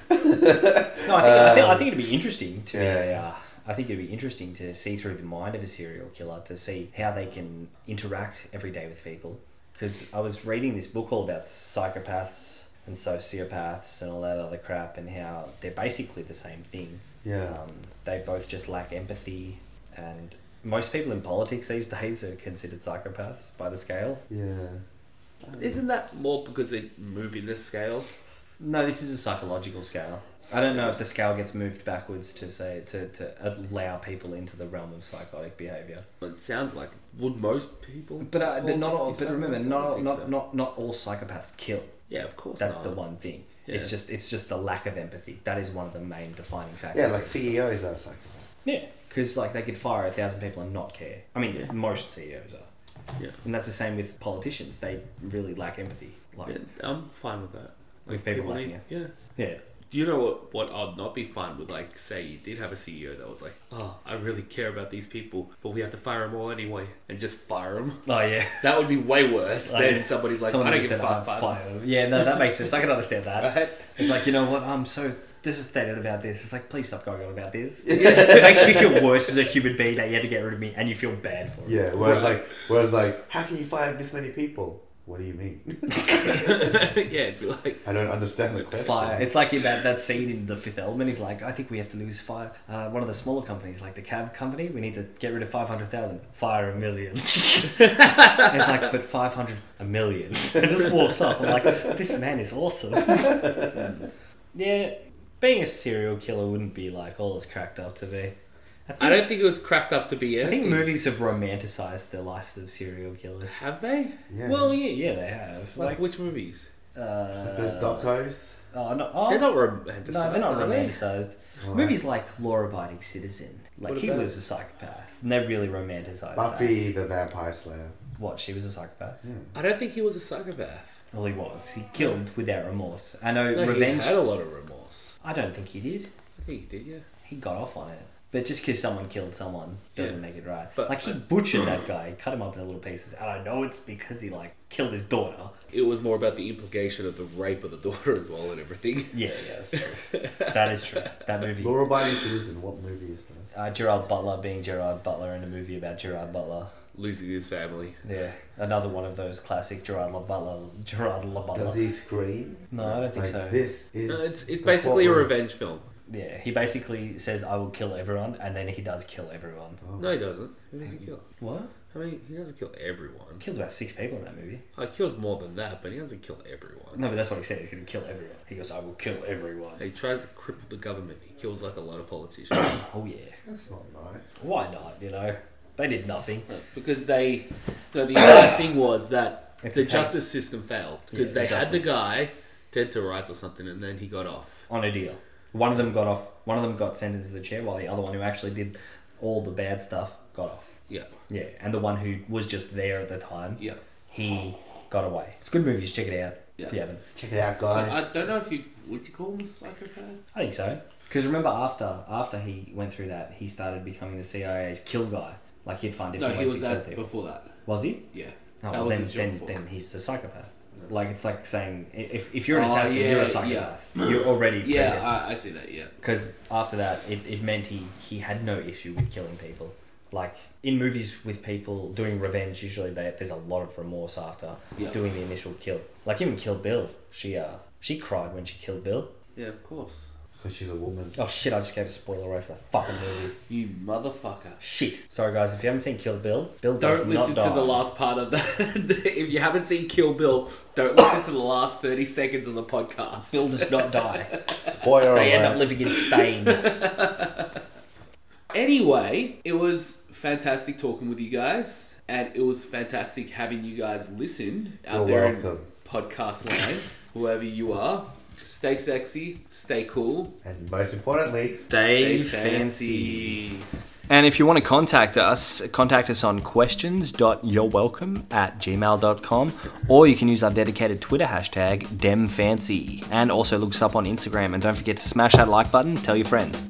Speaker 3: No, I think, I, think, I think it'd be interesting to be a,
Speaker 4: Um, yeah.
Speaker 3: uh, I think it'd be interesting to see through the mind of a serial killer to see how they can interact every day with people. Because I was reading this book all about psychopaths and sociopaths and all that other crap and how they're basically the same thing.
Speaker 4: Yeah.
Speaker 3: Um, they both just lack empathy, and most people in politics these days are considered psychopaths by the scale.
Speaker 4: Yeah.
Speaker 2: Isn't that more because they're moving the scale?
Speaker 3: No, this is a psychological scale. I don't know if the scale gets moved backwards to say to, to allow people into the realm of psychotic behavior.
Speaker 2: It sounds like would most people,
Speaker 3: But uh, but not all. But remember,
Speaker 2: Politics,
Speaker 3: not
Speaker 2: I
Speaker 3: all,
Speaker 2: don't
Speaker 3: not,
Speaker 2: think so.
Speaker 3: not not all psychopaths kill.
Speaker 2: yeah, of course.
Speaker 3: That's
Speaker 2: not.
Speaker 3: the one thing. It's
Speaker 2: Yeah.
Speaker 3: just it's just the lack of empathy. That is one of the main defining factors.
Speaker 4: Yeah, like
Speaker 3: of-
Speaker 4: CEOs are psychopaths.
Speaker 3: Yeah, because like they could fire a thousand people and not care. I mean,
Speaker 2: Yeah.
Speaker 3: most CEOs are,
Speaker 2: Yeah.
Speaker 3: and that's the same with politicians. They really lack empathy. Like,
Speaker 2: Yeah, I'm fine with that.
Speaker 3: With people like
Speaker 2: need, yeah.
Speaker 3: yeah,
Speaker 2: Do you know what, what I'd not be fine with? Like, say you did have a CEO that was like, oh, I really care about these people, but we have to fire them all anyway, and just fire them.
Speaker 3: oh yeah.
Speaker 2: That would be way worse
Speaker 3: Like,
Speaker 2: than somebody's like,
Speaker 3: Someone
Speaker 2: I don't
Speaker 3: who
Speaker 2: give
Speaker 3: said,
Speaker 2: a fuck.
Speaker 3: "I'm
Speaker 2: fire
Speaker 3: fired." Yeah, no, that makes sense. I can understand that.
Speaker 2: them," Right?
Speaker 3: It's like you know what? I'm so devastated about this. It's like please stop going on about this. it makes me feel worse as a human being that you had to get rid of me, and you feel bad for it.
Speaker 4: Yeah. Whereas like, whereas like, how can you fire this many people? What do you mean?
Speaker 2: yeah, it'd be like,
Speaker 4: I don't understand the question.
Speaker 3: Fire. It's like in that, that scene in The Fifth Element. He's like, I think we have to lose fire. Uh, one of the smaller companies, like the cab company, we need to get rid of 500,000. Fire a million. and it's like, but 500, a million. And just walks off. I'm like, this man is awesome. yeah, being a serial killer wouldn't be like all it's cracked up to be. I think,
Speaker 2: I don't think it was cracked up to be
Speaker 3: I
Speaker 2: anything.
Speaker 3: think movies have romanticized the lives of serial killers.
Speaker 2: Have they?
Speaker 4: Yeah.
Speaker 3: Well, yeah, yeah, they have.
Speaker 2: Like,
Speaker 3: Like,
Speaker 2: which movies?
Speaker 3: uh,
Speaker 4: Those docos.
Speaker 3: Oh, no, oh,
Speaker 2: they're not romanticized.
Speaker 3: no, they're not
Speaker 2: are they?
Speaker 3: romanticized.
Speaker 4: Alright.
Speaker 3: Movies like Law Abiding Citizen. Like,
Speaker 2: What
Speaker 3: he
Speaker 2: about-
Speaker 3: was a psychopath. And they really romanticized that.
Speaker 4: Buffy the Vampire Slayer.
Speaker 3: What, she was a psychopath?
Speaker 4: Yeah.
Speaker 2: I don't think he was a psychopath.
Speaker 3: Well, he was. He killed without remorse. I know
Speaker 2: No,
Speaker 3: revenge.
Speaker 2: he had a lot of remorse.
Speaker 3: I don't think he did.
Speaker 2: I think he did, yeah.
Speaker 3: He got off on it. But just because someone killed someone doesn't
Speaker 2: Yeah.
Speaker 3: make it right.
Speaker 2: But-
Speaker 3: like, he butchered that guy, cut him up into little pieces. And I know it's because he, like, killed his daughter.
Speaker 2: It was more about the implication of the rape of the daughter as well and everything.
Speaker 3: Yeah, yeah, that's true. that is true. That movie.
Speaker 4: Law Abiding Citizen. What movie is that?
Speaker 3: uh, Gerard Butler being Gerard Butler in a movie about Gerard Butler.
Speaker 2: Losing his family.
Speaker 3: Yeah, another one of those classic Gerard La Butler. Gerard La Butler.
Speaker 4: Does he scream?
Speaker 3: No, I don't think
Speaker 4: Like,
Speaker 3: so.
Speaker 4: This is.
Speaker 2: No, it's it's
Speaker 4: the
Speaker 2: basically a
Speaker 4: plot-
Speaker 2: revenge film.
Speaker 3: Yeah, he basically says, "I will kill everyone," and then he does kill everyone.
Speaker 4: Oh.
Speaker 2: No, he doesn't. Who does he kill?
Speaker 3: What?
Speaker 2: I mean, he doesn't kill everyone.
Speaker 3: Kills about six people in that movie.
Speaker 2: Oh, he kills more than that, but he doesn't kill everyone.
Speaker 3: No, but that's what he said. He's going to kill everyone. He goes, "I will kill everyone."
Speaker 2: He tries to cripple the government. He kills like a lot of politicians.
Speaker 3: Oh yeah,
Speaker 4: That's not nice.
Speaker 3: why not? You know, they did nothing.
Speaker 2: That's because they. No, the other thing was that
Speaker 3: It's
Speaker 2: the
Speaker 3: a take.
Speaker 2: justice system failed because
Speaker 3: Yeah,
Speaker 2: they
Speaker 3: it
Speaker 2: had
Speaker 3: doesn't.
Speaker 2: the guy dead to rights or something, and then he got off.
Speaker 3: on a deal. One of them got off. One of them got sentenced to the chair, while the other one, who actually did all the bad stuff, got off.
Speaker 2: Yeah,
Speaker 3: Yeah, and the one who was just there at the time,
Speaker 2: yeah.
Speaker 3: he got away. It's good movies. Check it out if you
Speaker 2: Yeah.
Speaker 3: haven't.
Speaker 4: Check it out,
Speaker 2: I-
Speaker 4: guys.
Speaker 2: I don't know if you would you call him a psychopath.
Speaker 3: I think so. Because remember, after after he went through that, he started becoming the CIA's kill guy. Like he'd find
Speaker 2: No,
Speaker 3: different
Speaker 2: he
Speaker 3: ways
Speaker 2: was
Speaker 3: to kill
Speaker 2: that
Speaker 3: people.
Speaker 2: before that.
Speaker 3: Was he?
Speaker 2: Yeah,
Speaker 3: No,
Speaker 2: that
Speaker 3: well,
Speaker 2: was
Speaker 3: then,
Speaker 2: his job
Speaker 3: then,
Speaker 2: before.
Speaker 3: then he's a psychopath. Like it's like saying i- if, if you're an
Speaker 2: Oh,
Speaker 3: assassin,
Speaker 2: yeah,
Speaker 3: you're a
Speaker 2: yeah.
Speaker 3: psychopath. You're already
Speaker 2: Yeah, uh,
Speaker 3: predestined.
Speaker 2: I, I see that. Yeah,
Speaker 3: Because after that, it, it meant he he had no issue with killing people. Like in movies with people doing revenge, usually they, there's a lot of remorse after
Speaker 2: Yeah.
Speaker 3: doing the initial kill. Like even Kill Bill, she uh she cried when she killed Bill.
Speaker 2: yeah, of course.
Speaker 4: Because she's a woman.
Speaker 3: Oh shit! I just gave a spoiler away for the fucking movie.
Speaker 2: You motherfucker.
Speaker 3: Shit. Sorry, guys, if you haven't seen Kill Bill, Bill does
Speaker 2: Don't
Speaker 3: not
Speaker 2: listen
Speaker 3: die.
Speaker 2: to the last part of that. if you haven't seen Kill Bill, don't listen to the last 30 seconds of the podcast.
Speaker 3: Bill does not die.
Speaker 4: Spoiler
Speaker 3: they end up
Speaker 4: alert.
Speaker 3: living in Spain.
Speaker 2: Anyway, it was fantastic talking with you guys, and it was fantastic having you guys listen out
Speaker 4: You're
Speaker 2: there in
Speaker 4: welcome.
Speaker 2: podcast land, whoever you are. Stay sexy, stay cool,
Speaker 4: And most importantly,
Speaker 6: Stay, And if you want to contact us, contact us on questions.yourwelcome at gmail.com or you can use our dedicated Twitter hashtag DemFancy and also look us up on Instagram and don't forget to smash that like button, tell your friends.